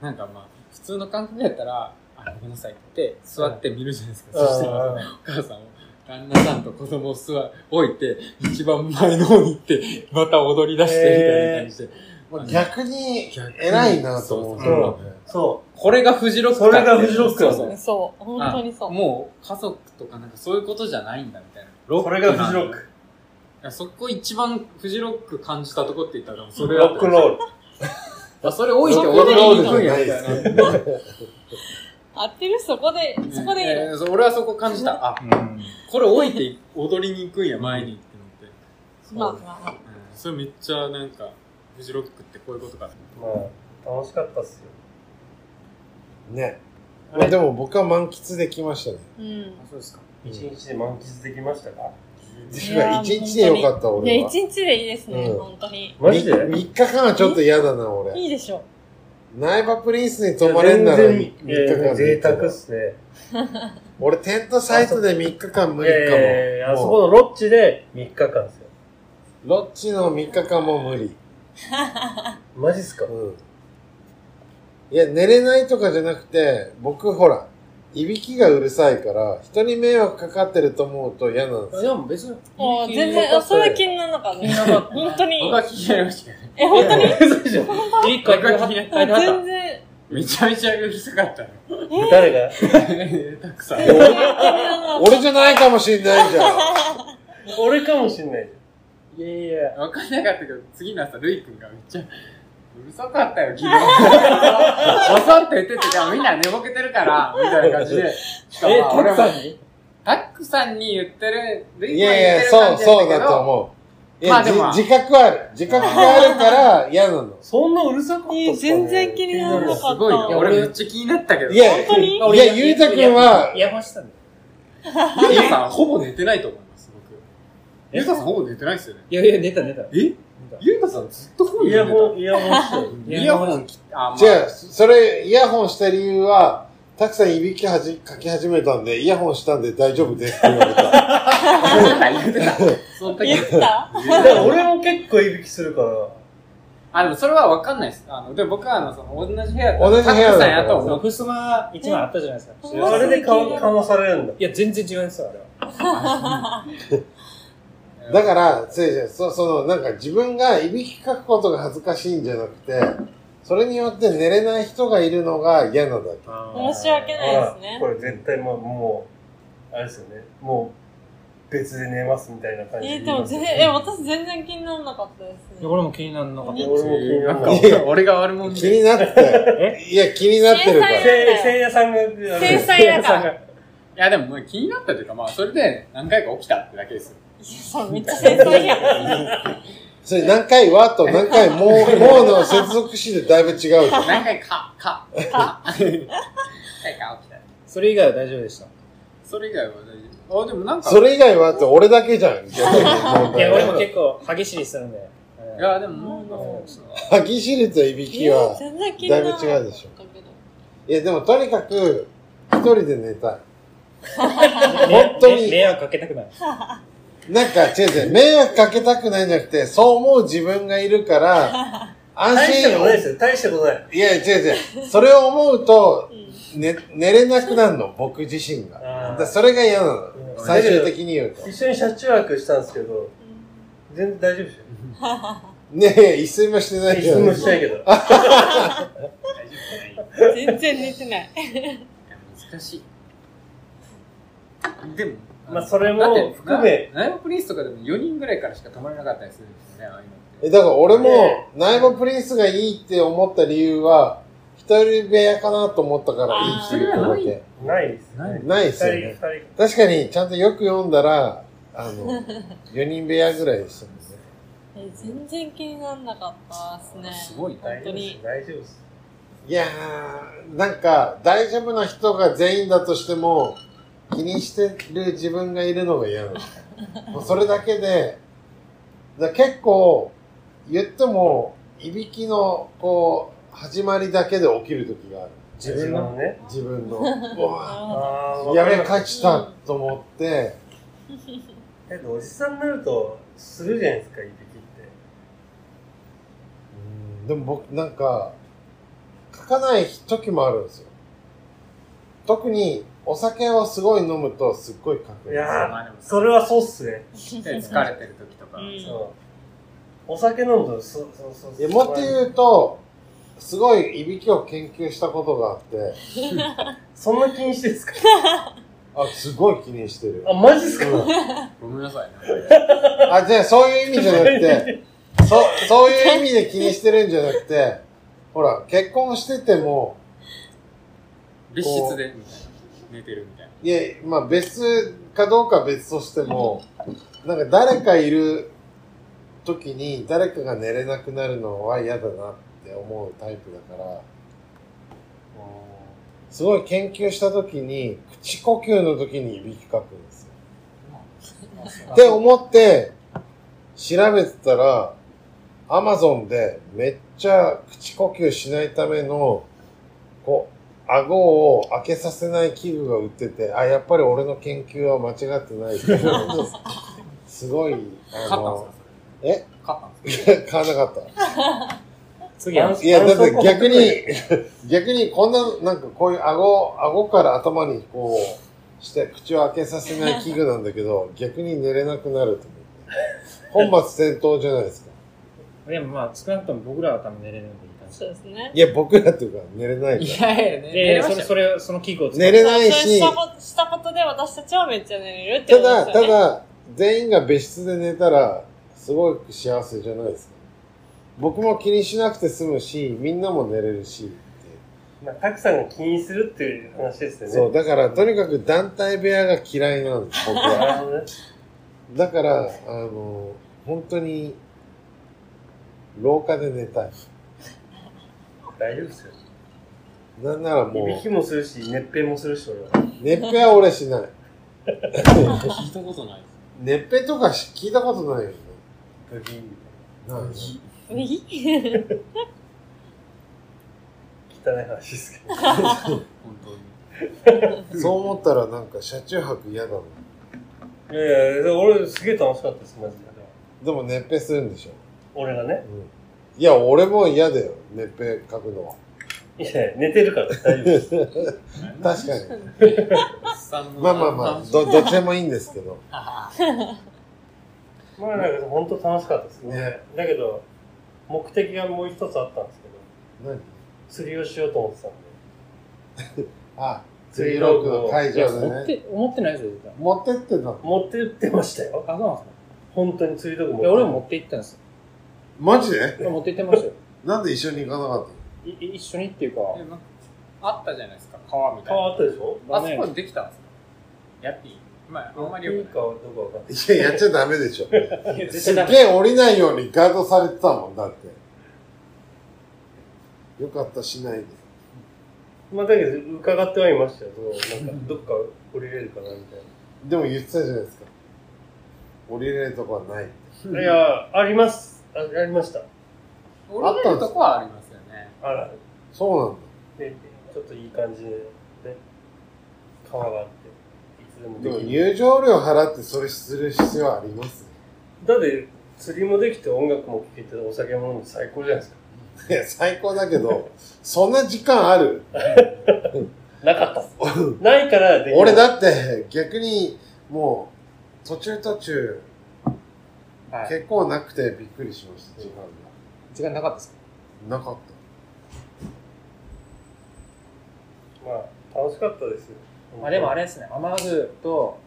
F: なんかまあ、普通の感覚やったら、あ、ごめんなさいって言って、座って見るじゃないですか。そしたら、お母さんを旦那さんと子供を座、置いて、一番前の方に行って、また踊り出してみたいな感じで。
B: まあ逆に、偉いなと思うけどね。
E: そ
F: これがフジロック
E: それがフジロックだ
F: だ
E: ね
F: そう
D: そう。本当にそ。
F: そうう。もう、家族とかなんかそういうことじゃないんだみたいな。
E: う。これがフジロッ
F: い
E: ク。
F: や。そこ一番フジロック感じたとこって言ったら、それだった
E: ロックンロール。
F: あそれ置いて
D: ロ
F: 踊りに行くん
B: じゃ
F: や
B: ない
F: み
B: で
F: たいな。
B: すね。
D: 合ってるそこで、そこでいい
F: え
D: の。
F: ーそう俺はそこ感じた。あ、これ置いて踊りに行くんや、前にって思って。そう
D: まあまあまあ。
F: うんそれめっちゃなんか、フジロックってこういうことか。
E: まあ、楽しかったっすよ。
B: ね。まあでも僕は満喫できましたね。
D: うん。
C: そうですか。
E: 一日で満喫できましたか
B: 一日でよかった、
D: いや、
B: 俺は。
D: 一日でいいですね、
B: うん
D: 本当に。
E: マジで
B: み三日間はちょっと嫌だな、俺。
D: いいでしょ。
B: 苗場プリンスに泊まれんなら3日
E: 全然いや
B: 間でい
E: 贅
B: いけど
E: 沢っすね。
B: 俺テントサイトで3日間無理
E: いやいやいや
B: か
E: あ
B: も。
E: そ
B: も
E: このロッジで3日間ですよ。
B: うロッチの3日間も無理。
E: マジっすか
B: うん。いや、寝れないとかじゃなくて、僕ほら、いびきがうるさいから、人に迷惑かかってると思うと嫌なんですよ。
C: でも別に、
D: もう全然、あ、それ気にならなかったね。本当に
F: 僕。は聞き合いましたけどね。
D: え、本当に
C: 嘘でしょ。一個
F: 僕は聞き合い。
D: あ全然。
F: めちゃめちゃうるさかったよ。
E: 誰が
F: たくさん。
D: 全然気にならなかっ
B: 俺じゃないかもしんないじゃ [laughs] ん。
E: [laughs] 俺かもしんない
C: いやいや、
F: わかんなかったけど、次の朝、ルイ君がめっちゃ、うるさかったよ、昨日。ボソンって言ってて、じゃあみんな寝ぼけてるから、みたいな感じで。
C: え、たくさ
F: ん
C: んに
F: タックさんに言ってる、ルイ
B: い
F: 君が
B: や
F: 言っ
B: い
F: て
B: や、そう、
F: る感じやった
B: そう
F: けど。
B: だと思う。いや、
F: まあでも
B: じ自覚はある。自覚があるから嫌なの。
E: そんなうるさかったっ
D: た。え、全然気にならなかった。
F: すごいよ。俺めっちゃ気になったけど。
B: いや
D: 本当に
B: いや、ゆうたくんは
C: イ、ヤホンしてたんだよ。
F: ゆうたさんほぼ寝てないと思います、僕。ゆうたさんほぼ寝てないですよね。
C: いやいや、出た出た。
F: えゆうたさんずっと本
E: イ
F: 読
E: ヤ
F: んでた
B: [laughs]
E: ホン、イヤホンしてる。
C: イヤホン
F: イヤホン切って、あ、まあ
B: じゃあ、それ、イヤホンした理由は、たくさんいびきはじ、かき始めたんで、イヤホンしたんで大丈夫ですって言われ [laughs] た。
F: [laughs] 言ってた。その時
D: 言った
E: だから俺も結構いびきするから。
F: あ、でもそれは分かんないです。あの、でも僕はあの、その、同じ部屋だ
B: 同じ部屋だ
F: タックさんやったもん
C: その、
F: 僕
C: ふすま一枚あったじゃないですか。
D: え
E: あれでかわかまされるんだ。
C: いや、全然違いますよ、あれは。
B: だから、せいじゃん、そその、なんか自分がいびきかくことが恥ずかしいんじゃなくて、それによって寝れない人がいるのが嫌なだけ。
D: 申し訳ないですね
E: あこれ絶対もう、もう、あれですよね。もう、別で寝ますみたいな感じ
D: え、
E: で
D: で
E: 言い
D: も
E: ますよ
D: 全
E: ね。
D: 然、え、私全然気にならなかったですね。
C: 俺も気にならなかった。
E: 俺も気にな
F: なんん
E: か
F: か
E: っ
B: いや、
F: 俺が悪者
B: 気になってたよ。 [laughs] いや、気になってるか
E: た。
B: ら。
E: せ
D: 繊
E: いせいやさんが、
D: 繊細だから。いや、
F: いや、でも、気になったというか、まあ、それで何回か起きたってだけですよ。
D: そう、めっちゃ繊細やん。
B: それ何回はと何回もう、もうの接続詞でだいぶ違うじゃん。
F: 何回か、 [laughs] か、か、何回か起きた。
C: それ以外は大丈夫でした。
F: それ以外は大丈夫。あ、でもなんか、
B: それ以外はって俺だけじゃん。逆に問
C: いや、
B: 題
C: 俺も
B: は
C: 結構激しいするんで。
F: いや、でも、なんか
B: 歯ぎしりといびきは。
D: 全然気にならなかったけど
B: だいぶ違うでしいや、でもとにかく、一人で寝たい。
C: 本
B: 当に
C: 迷惑かけたくない。
B: なんか、違う違う、迷惑かけたくないんじゃなくて、そう思う自分がいるから、
E: [laughs]
B: 安
E: 大したことないで
B: 心。
E: すよ。大したことない。
B: いや、違う違う、それを思うと、
D: うん
B: ね、寝れなくなるの、僕自身が。だ
E: あ
B: から
E: ー
B: それが嫌なの
E: う。ん
B: 最終的に言うと。
E: 一緒に車中泊したんですけど、全然大丈夫ですよ。
B: ねえ、一睡もしてないじゃ
E: 質
B: ん。
E: 問したいけど。
F: 大丈夫じゃないいや
D: 全然寝てない。
F: 難しい。でも、
E: まあそれも
F: だって
E: 含め
F: なナイロプリンスとかでも4人ぐらいからしか泊まれなかったりするんですよね、ああいうのって
B: え、だから俺も
E: ね、
B: ナイボプリンスがいいって思った理由は、一人部屋かなと思ったからいいって言っただけ。
E: ないです。
F: ない
B: ないで
E: 二
B: す
E: 人
B: よ、ね
E: 二。人。
B: 確かに、ちゃんとよく読んだら、あ
E: [laughs]
B: の、4人部屋ぐらいでしたもんね。
D: え全然気にならなかったですすね。
F: ごいな。
D: 本当に
E: 大丈夫です。
B: いやー、なんか、大丈夫な人が全員だとしても、気にしてる自分がいるのが嫌なの。
E: [laughs]
B: もうそれだけで、だ結構、言っても、いびきの、こう、始まりだけで起きる時がある。
E: 自分のね。
B: 自分の。 [laughs] うわ
D: あ
E: あ
B: ーやべえ、
E: か
B: 帰ってきたと思って、
E: だっておじさんになると、するじゃないですか、いびきって。
B: うんでも僕なんか書かない時もあるんですよ特にお酒をすごい飲むとすっごいかく
E: い
B: れる。
E: や
F: まあでも
E: それはそうっすね。
F: 疲れてる時とか、
D: うん
E: そう。お酒飲むと、そうそうそう
B: いやもっと言うと、すごいいびきを研究したことがあって、
E: そんな気にしてですか [laughs]
B: あ、すごい気にしてる
E: あ、。マジっすか、
F: ごめんなさいね。
B: あ、じゃあそういう意味じゃなくて、そ、そういう意味で気にしてるんじゃなくて、ほら、結婚してても、
F: 別室で、みたいな。寝てるみたいな。
B: いや、まあ別かどうかは別としても、なんか誰かいる時に誰かが寝れなくなるのは嫌だなって思うタイプだから、すごい研究した時に、口呼吸の時にいびきかくんですよ。って思って、調べてたら、アマゾンでめっちゃ口呼吸しないための、こう、顎を開けさせない器具が売ってて、あ、やっぱり俺の研究は間違ってないって思って。すごい、あ
F: 勝ったん
B: の
F: で、すか
B: え
F: 勝ったんですか
B: 買わなかった。
C: 次は、
B: いや、だって逆に、 [laughs] 逆にこんな、なんかこういう顎、顎から頭にこう、して口を開けさせない器具なんだけ
F: [laughs]
B: ど、逆に寝れなくなると思って。本末転倒じゃないですか。
C: でもまあ、少なくとも僕らは多分寝れるんでいい感じ
D: そう。ですね。
B: いや、僕らっていうか寝れないから。
F: [laughs] いやいや、
C: いやいや、それ、それ、その器具を使
B: 寝れない
D: そう
B: し
D: し、たことしたことで私たちはめっちゃ寝れるって
B: た
D: こと
B: だ、
D: ですよ
B: た
D: ね。
B: だ、全員が別室で寝たら、すごく幸せじゃないですか。僕も気にしなくて済むし、みんなも寝れるしって
E: まあ、たくさんが気にするっていう話ですよね。
B: そう、だから、とにかく団体部屋が嫌いなんです、僕は。
E: なるほどね。
B: だから、あの、本当に、廊下で寝たい。
E: 大丈夫ですよ。
B: なんなら [laughs] も
E: いびき
B: う、
E: もするし、熱平もするし、俺
B: [laughs]
E: は。
B: 熱ぺは俺しない。
F: 聞いたことないです。
B: 熱ぺとかし聞いたことないよね。
E: ブギーみ
B: ないよね
D: 右
E: たいな。汚い話ですけど。
F: 本当に。
B: そう思ったらなんか車中泊嫌だな。
E: いやいや、俺すげえ楽しかったです、マジで。
B: でも熱ぺするんでしょ。
E: 俺が
B: う
E: ね。
B: ん。いや、俺も嫌だよ。熱ぺ書くのは。
E: いやいや、寝てるから大丈夫です。
B: 確かに。
F: おっさんの
B: まあまあまあ、ど、どっちでもいいんですけど。
F: あ
B: [laughs]
E: まあなんか本当楽しかったですね。
B: ね
E: だけど、目的がもう一つあったんですけど、
B: 何
E: 釣りをしようと思ってたんで。
B: あ、釣りロークの会
C: いや、
B: 場
C: 思っ
B: でね。
C: て、思ってないですよ、絶対。
B: 持ってってた。
E: 持ってってましたよ。
C: あ、そうなんですか
E: 本当に釣り道具持っ
C: い
E: て
C: や、俺も持って行ったんです
B: マジで
C: よ。持って行ってましたよ。
B: なんで一緒に行かなかったの
C: いい一緒にっていうか、
F: あでもなんかあったじゃないですか、川みたい
E: 川
F: な。
E: あったでしょ
F: あそこにできたんですかやっていいまあ、あんまり
E: い
F: よ
E: い
F: く
E: かどうかわかんない。
B: いや、やっちゃダメでしょ。
C: 絶
B: す
C: 対
B: っ
C: ダメ
B: げえ降りないようにガードされてたもんだって。よかった、しないで。
E: まあだけど、伺ってはいましたよ。そのなん
B: [laughs]
E: か、どっか降りれるかなみたいな。
B: でも言ってたじゃないですか。降りれるとこはないって。
E: いや、あります。あありました。
F: ない。降りれるとこはありますよね。
E: あら、
B: そうなん
E: で、ちょっといい感じで、ね、川があって、いつでも
B: だ。でも
E: できる。
B: 入場料払ってそれする必要あります
E: だって、釣りもできて、音楽も聴けて、お酒も飲んで最高じゃないですか。
B: いや、最高だけど、そんな時間ある
E: なかったっす。 [laughs] ないからできない
B: 俺だって逆にもう途中途中
C: はい。
B: 結構なくてびっくりしました、時間
C: 時間なかったですか
B: が。なかっ
E: まあ、楽しかったですよ。
C: まあでもあれですね、雨具と、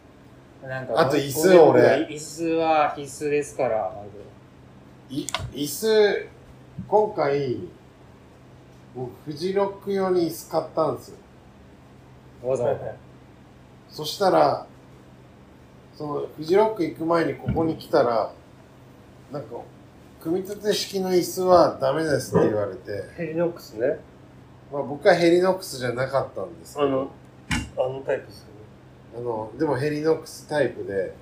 C: なんか、
B: あと椅子よ俺
C: 椅子は必須ですから、まず。
B: た。い椅子、今回、僕フジロック用に椅子買ったんですよ。
C: わざ
E: は
C: わ
E: いは
C: ざ。
E: い
B: そしたら、その、フジロック行く前にここに来たら、なんか、組み立て式の椅子はダメですって言われて、
E: ヘリノックスね。
B: まあ僕はヘリノックスじゃなかったんですけ
E: あ
B: ど、
E: の、あのタイプですよね。
B: あの、でもヘリノックスタイプで、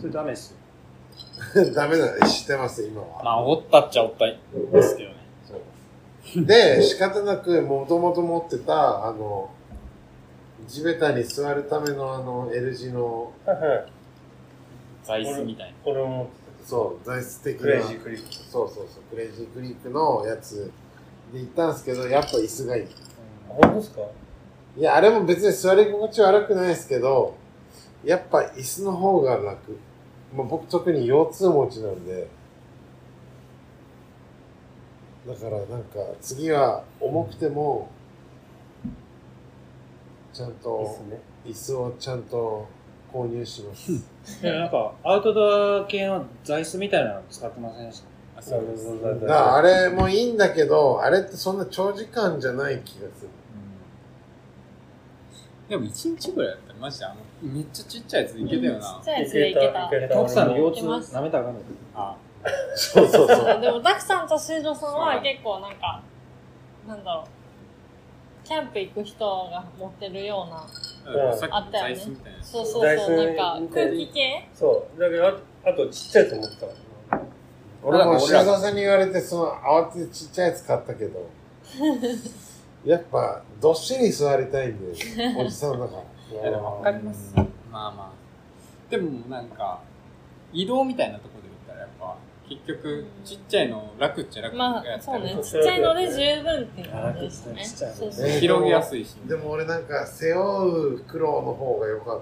C: それダメですよ。
B: [laughs] ダメだ、知ってます、今は。
F: まあ、おったっちゃおったいですけどね。
B: で、仕方なく、もともと持ってた、あの、地べたに座るためのあの、L 字の、
E: はいはい。
F: 座椅子みたいな。
E: 俺も、
B: そう、材質的な。
E: クレイジークリップ。
B: そうそうそう、クレイジークリックのやつで行ったんですけど、やっぱ椅子がいい。
E: 本当ですか
B: いや、あれも別に座り心地悪くないですけど、やっぱ椅子の方が楽。まあ、僕特に腰痛持ちなんで。だからなんか次は重くても、ちゃんと
E: ね。
B: 椅子をちゃんと購入します。
C: でもなんか、アウトドア系の座椅子みたいなの使ってませんでした
F: あそうです、うん
E: なるほど
B: だからあれもいいんだけど、あれってそんな長時間じゃない気がする。
F: でも1日ぐらいだったらマジであのめっちゃちっちゃいやついけたよ
D: [laughs]
F: な、
D: ちっちゃいやつでいけた。
C: え、徳さんの腰
D: いけ
C: 痛
D: ます
C: 舐めたらあかんの
F: あ
B: そうそうそう。
D: でも、ダクさんと修造さんは結構なんか、なんだろう。キャンプ行く人が持ってるような。
E: うん
F: さっきの座椅子みたいな
D: そうそうそう、なんか空気系
E: そう。だけど、ああとちっちゃいと思ってたからな
B: 俺も
F: 俺
B: 白
F: ら
B: 澤さんに言われて、その慌ててちっちゃいやつ買ったけど、やっぱどっしり座りたいんで、おじさんだから。
F: いやでもわかりますまあまあでもなんか移動みたいなところで言ったらやっぱ結局ちっちゃいの楽っちゃ楽
D: ま
F: や
D: あ、
F: っ
D: そ
F: た
D: う
F: り
D: ね。ちっちゃいので十分っていう感じでしたね。
C: ちっちゃいの
D: そうそう。
B: ね
F: 広げやすいし
B: [laughs] でも俺なんか背負う苦労の方が良かっ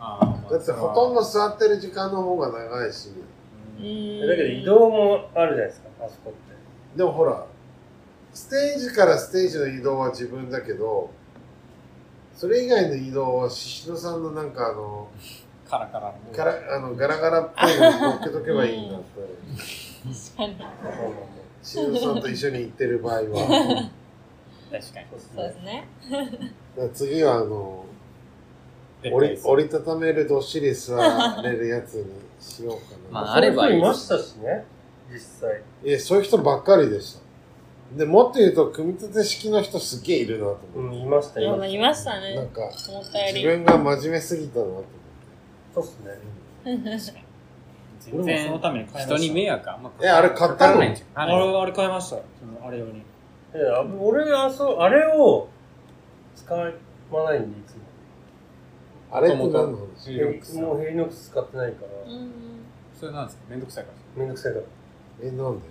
F: ああまあ
B: た。だってほとんど座ってる時間の方が長いし、
D: う
E: だけど
D: ん
E: 移動もあるじゃないですか、あそこって。
B: でもほら、ステージからステージの移動は自分だけど、それ以外の移動は宍戸さんのなんかあの、
F: カラカラの
B: からあのガラガラっぽいのに乗っけとけばいいんだって。 [laughs]
D: 確かに。
B: しのさんと一緒に行ってる場合は
F: 確かに
D: そうですね。
B: だから次はあの
F: でかい
B: 折
F: で
B: り
F: す
B: 折りたためるどっしり座れるやつにしようかな、
F: [laughs] まああればいい
E: そうう人いましたしね、実際。
B: いやそういう人ばっかりでしたでもっと言うと組み立て式の人すげえいるなと
E: う
B: 思っ
E: ん、いました、いま
D: 今
E: し。
D: いました
B: て、なん
D: ね。
B: か
D: 思ったよ
B: 自
D: り。
B: 分が真面目すぎたなと思った
E: そうっすね。
F: 全然
C: ために
F: 人に迷惑あんまかか
B: えあれ買ったの
F: かからないんじゃん
C: あれ、あれ買いました。そのあれ用に。
E: えあ俺、あそう、あれを使わないんで、いつも。
B: てあれって何の話
F: ヘリノックス
E: もうヘリノックス使ってないから、
D: うん。
F: それなんですかめんどくさいから
E: めんどくさいから。
B: えなんで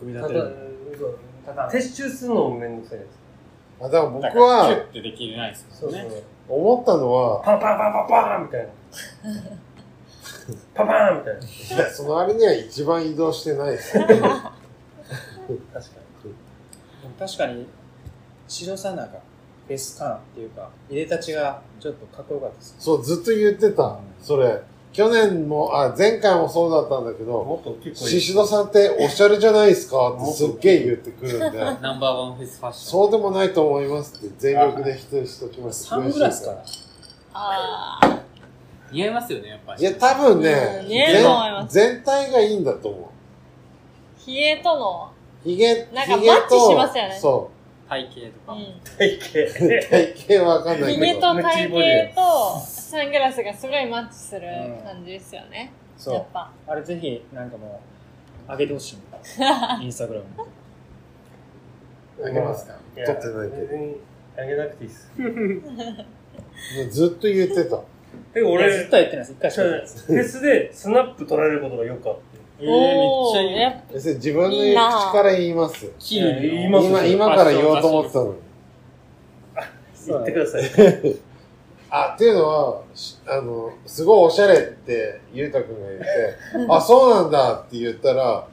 C: 組み
E: た
C: 立て
E: だ
C: る。、
E: そう撤収するのもめんどくさいです。
B: あだから僕
F: だからキュ
B: は
F: ッてできないです
E: そ
F: も
E: うんそう
F: ね。
B: [laughs] 思ったのは
E: パンパンパンパンパンみたいな。パンパンみたいな。
B: いやそのあれには一番移動してないですね
E: 確か
C: でも確かに、白さなんか、ベス感っていうか、入れたちがちょっとかっこよかったです。
B: そうずっと言ってたそれ去年もあ前回もそうだったんだけど
E: に。もっと結構いい。
B: シシドさんっておしゃれじゃないですかってすっげえ言ってくるんで、
D: [laughs]
F: ナンバーワンフェスファッション。
B: そうでもないと思いますって全力で否定しときます。
C: サングラスから。
D: ああ。
F: 似合いますよね、やっぱり。
B: いや、多分ね、
D: うん似合うと思います
B: 全全体がいいんだと思
D: 冷えとの。
B: う。ひげ、
D: なんか
B: ひげと
D: マッチしますよね
B: そ
F: 体型とか。
D: うん。
E: 体 [laughs]
B: う。体型はわかんない
D: ひ
B: け
D: げ
B: ど。
D: と体型とサングラスがすごいマッチする感じですよね。や
C: そ
D: っぱ。
C: う。あれぜひ、なんかもう、上げてほしい。
D: [laughs]
C: インスタグラムに。
B: あげますか
E: 型
B: 撮ってないけ
E: 別にあげなくていいっす。
B: ど。ずっと言ってた。
E: で、
C: 俺、ずっ
E: 俺、
C: とやってないです。一回し
E: フ
C: かやってないです。
E: ェスでスナップ取られることがよくあって。
F: えー、めっちゃいい。
D: やっ
B: 別に自分の
D: いいな
B: 口から言いますよ。
F: キルビの
E: いやいいもん
B: 今、今から言おうと思ってたのに。
E: 言ってください。
B: あ、っていうのは、しあの、すごいおしゃれって、ゆうたくんが
D: [laughs]
B: 言って、あ、そうなんだって言ったら、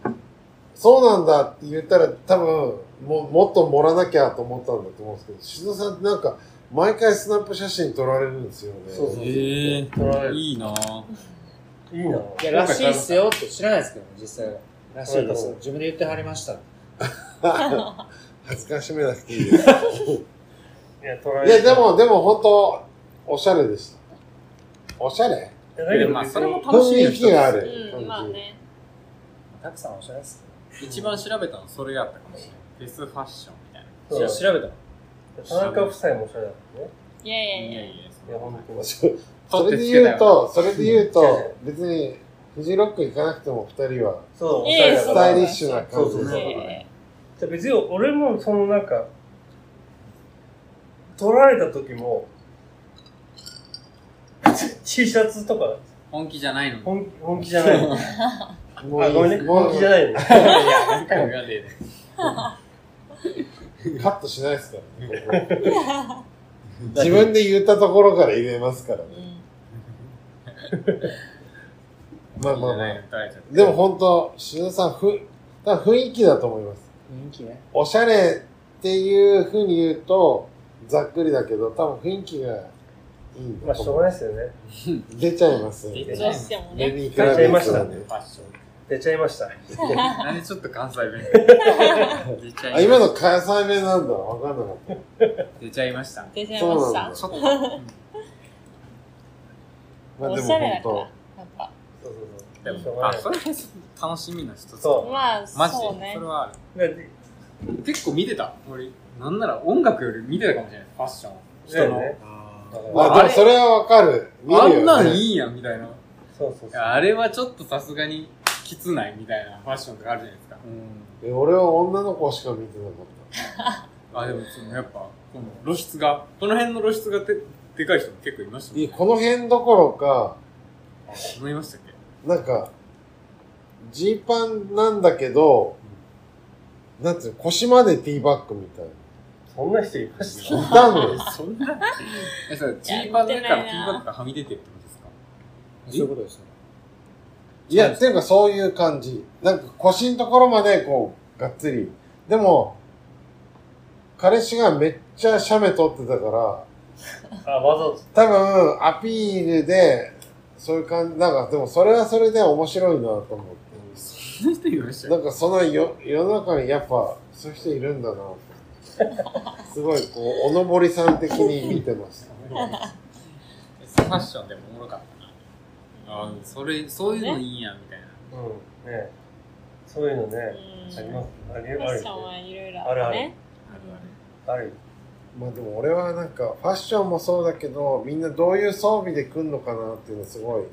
B: そうなんだって言ったら、多分、も、もっと盛らなきゃと思ったんだと思うんですけど、しずさんってなんか、毎回スナップ写真撮られるんですよね。
E: そうそう
F: え
E: 取られ
F: ー、
E: る。い
F: いいなぁ。
E: いな。
C: いや、らしいっすよって知らないですけど、実際は。らしいです
E: う
C: よ。
E: ん
C: 自分で言ってはりました。
B: [laughs] 恥ずかしめなくていいです。い
E: いや、取られる。
B: や、で、も、でも本当、おしゃれでした。おしゃれ
E: だけど、
F: まあそれも楽し
B: 雰
F: みな
B: 囲
F: 人
B: 気があ
D: ぱ、う
B: る
D: ん、まあ
B: 感じ。
D: ね。
C: たくさんおしゃれっす
F: 一番調べたのそれやったかもしれない。フェスファッションみたいな。
C: け
E: そ
C: ど。
E: う
C: いや調べたの。
E: 田中夫妻もおしゃれだもんね。
D: いやいや
F: い
D: い
F: や
D: や。
F: いや、そ
E: い
F: れ
E: や、
F: は
E: 本当に。
B: それで言うと、それで言うと、別に、フジロック行かなくても二人は、
E: そう、お
D: い
E: しゃ
D: やい
E: れ
D: や
E: だ
B: ス
E: か
B: タ
E: ら。
B: イ
E: じ
B: リッシュな感じで
E: そうそうそう
D: いやいやい
E: ゃあ別に俺もそのなんか、取られた時も、T シャツとか、
F: 本気じゃないのに。
E: 本本気じ [laughs] ゃない。あ、
B: もういい
E: ごめんね。
B: も
E: 本
B: う
E: 気じゃないね。
F: いやいや、何回も言わんでええね
E: [laughs]
B: カットしないですからね。こ自分で言ったところから入れますからね。まあまあまあ。でも本当、しずさん、ふ、多分雰囲気だと思います。
C: 雰囲気ね。
B: おしゃれっていうふうに言うと、ざっくりだけど、多分雰囲気がいいん
E: ま
B: だ
E: あ、し
B: と
E: ょ
B: 思
E: うが
B: う。
E: ないですよね。
B: 出ちゃいます。
F: 出
D: どうしても
B: レ
D: ね。
B: ニーク
E: 買
B: ラ
E: っちゃい
B: ブ
E: ま
B: ス
E: した
B: だ
E: ね
B: ね。。
E: 出ちゃいました。
F: なんでちょっと関西弁出ちゃ
B: あ、
F: いま
B: 今
F: し
B: の関西弁なんだ。わかんなかった。
F: た。出ちゃいました。
D: 出ちゃいま
B: そう
D: し
B: なん
D: た
B: だ。。
F: ちょっと。うん
B: まあ
D: お
B: で
D: しゃれ
B: も
D: だから
B: 本、
D: やっぱ。
E: そうそうそう。
F: で
E: しょう
F: も、
E: がな
F: あ、
E: い
F: そ。れは楽しみの一つ。
E: そ
D: まあ、
F: マジ
D: そう
F: で。
D: ね
F: それ。はあ
E: で
F: る。結構見てた。俺、なんなら音楽より見てたかもしれない。ファッションを。
E: だ
F: 人
E: よ
F: の。
E: ね。
B: 当。まあでもそれはわかる。見る
F: あ
B: よ、ね。
F: んなんいいやん、みたいな。
E: そうそうそう。
F: あれはちょっとさすがにきつないみたいなファッションとかあるじゃないですか。
B: え俺は女の子しか見てなかっ
F: あ、でもそのやっぱ、この露出が、この辺の露出がででかい人も結構いました
B: た。い
F: ね。
B: やこの辺どころか、
F: 思いましたっけ
B: なんか、ジーパンなんだけど、なんつうの、腰までティーバッグみたいな。
E: そんな人いました
B: いたのよ。
F: そんな。え、それ、ジーパンの中からティーバッグがはみ出てるってことですか
C: そういうことですね。
B: いや、っていうかそういう感じ。なんか腰のところまでこう、がっつり。でも、彼氏がめっちゃ写メ撮ってたから、
E: あ、わざ
B: 多分アピールで、そういう感じ、なんかでもそれはそれで面白いなと思っ。
F: そんな人いましてた
B: な
F: よ。
B: んかそのよ世の中にやっぱそういう人いるんだな [laughs] と思ってすごいこう、おのぼりさん的に見てました。
F: えファッションでもおもろかったな。あ、それ、そういうのいいやん、みたいな。
E: と。うん。ねそういうのね。あります。あり
D: ファ
E: あ
D: ッ
E: る
D: ション
E: よね。
D: はいろいろあるね。
E: あるよ。
B: まあでも俺はなんかファッションもそうだけど、みんなどういう装備で来んのかなっていうのすごい見て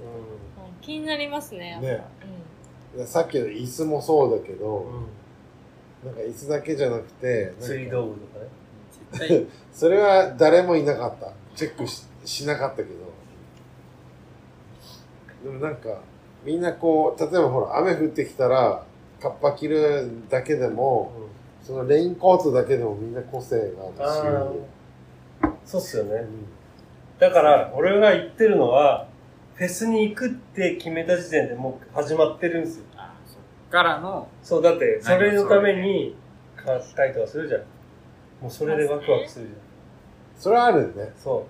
E: う
D: うん気になりますね、やっぱ。
B: ねでさっきの椅子もそうだけど、
E: ん。
B: なんか椅子だけじゃなくて、なんか
E: 釣り道具とかね。
F: 絶対、
B: それは誰もいなかった。チェックししなかったけど。でもなんか、みんなこう、例えばほら、雨降ってきたら、カッパ着るだけでも、そのレインコートだけでもみんな個性があ
E: あ
B: るし、
E: あ。そうっすよね
B: う。ん
E: だから、俺が言ってるのは、フェスに行くって決めた時点でもう始まってるんですよ。
F: あそっからの、
E: そう、だって、それのために買ったりとかするじゃん。もうそれでワクワクするじ
B: それはあるね
E: ゃん。。そ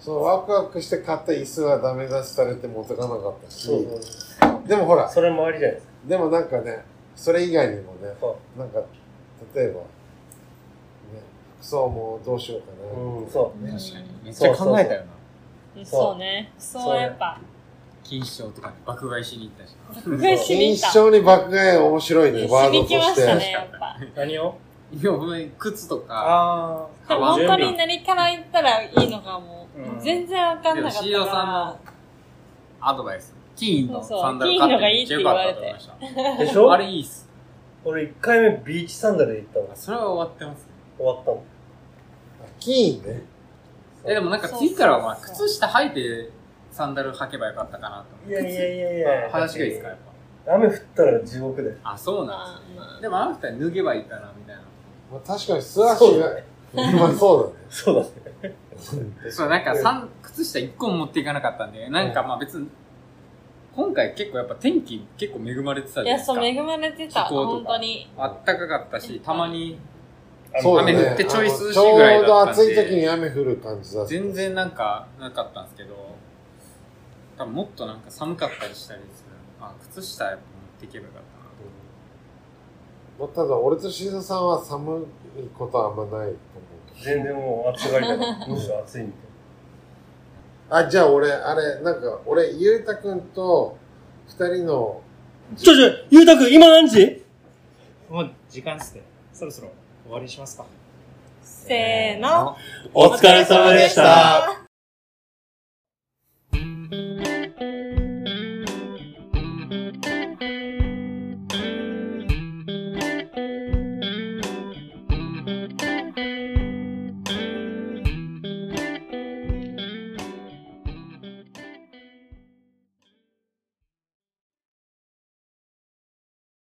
B: そのワクワクして買った椅子はダメ出しされて持ってかなかった
E: う。
B: し、
E: そうそうそう。
B: でもほら、
E: それもありじゃないですか。
B: でもなんかね、それ以外にもね、
E: そ
B: なんか、例えば、ね、服装もどうしようか
E: う。
B: な。
E: うん、そ
D: うん
F: 確かに。めっちゃ考えたよな。
D: うんそうね。そうはやっぱ、
F: 錦糸町とかに爆買いしに行ったし。
D: 爆買いしに行
B: 印
D: った。
B: 象に爆買い面白いね、ワード
D: 響
B: と
D: きま
B: し
D: した
B: て。
D: ね、やっぱ。
C: うん何を
F: いや、ほんまに靴とか、
C: あ
D: で
F: カ
D: も
F: バン
D: 本
F: と
D: 当
F: か。
D: に何から言ったらいいのかも
C: うん、
D: もう全然わかんなかったか
F: でも CEO さんの
D: ら。
F: アドバイス。金のサンダル
D: そうそう
F: 買ってめっちゃ良かったと思いました。
E: う。でしょ
F: あれいいっす。
E: 俺一回目ビーチサンダルで行ったの
F: あ。それは終わってますね。
E: 終わったの。
B: キーンね。
F: え、でもなんか
D: そう
F: 次からはまあ
D: そう
F: 靴下履いてサンダル履けばよかったかなと思っ
E: い
F: て。
E: やいやいやいや。
F: 話がいいですか、やっ
E: 雨降ったら地獄だよ。
F: ぱ。あ、そうなんで。
D: まあます
F: でもあの二人脱げばいいかな、みたいな。
B: まあ、確かに素足が、まあそう
E: そうだね。
F: そう、なんか三靴下一個も持っていかなかったんで、なんかまあ別に、今回結構やっぱ天気結構恵まれてたじ
D: あ、い
F: ゃない
D: や、
F: ですか。
D: そう、恵まれてた、
F: 気候と
D: 本
F: か
D: 当に。
F: あったかかったし、たまに
B: だね。そうだね。
F: 雨降ってちょい涼しい
B: あの
F: ぐらいだったんで
B: ちょうど暑い時に雨降る感じだった。
F: 全然なんかなかったんですけど、多分もっとなんか寒かったりしたりする。あ、靴下やっぱ持っていけばよかったなと思
B: まあただ、俺とシーさんは寒いことはあんまないと思うけど。
E: 全然もう暑がりだから、むしろ暑いみたい
B: あ、じゃあ俺、あれ、なんか、俺、ゆうたくんと二人の、
A: ちょちょ、ゆうたくん、今何時
C: あ。もう時間っすね。そろそろ終わりにしますか。
D: せーの。
A: お疲れ様でした。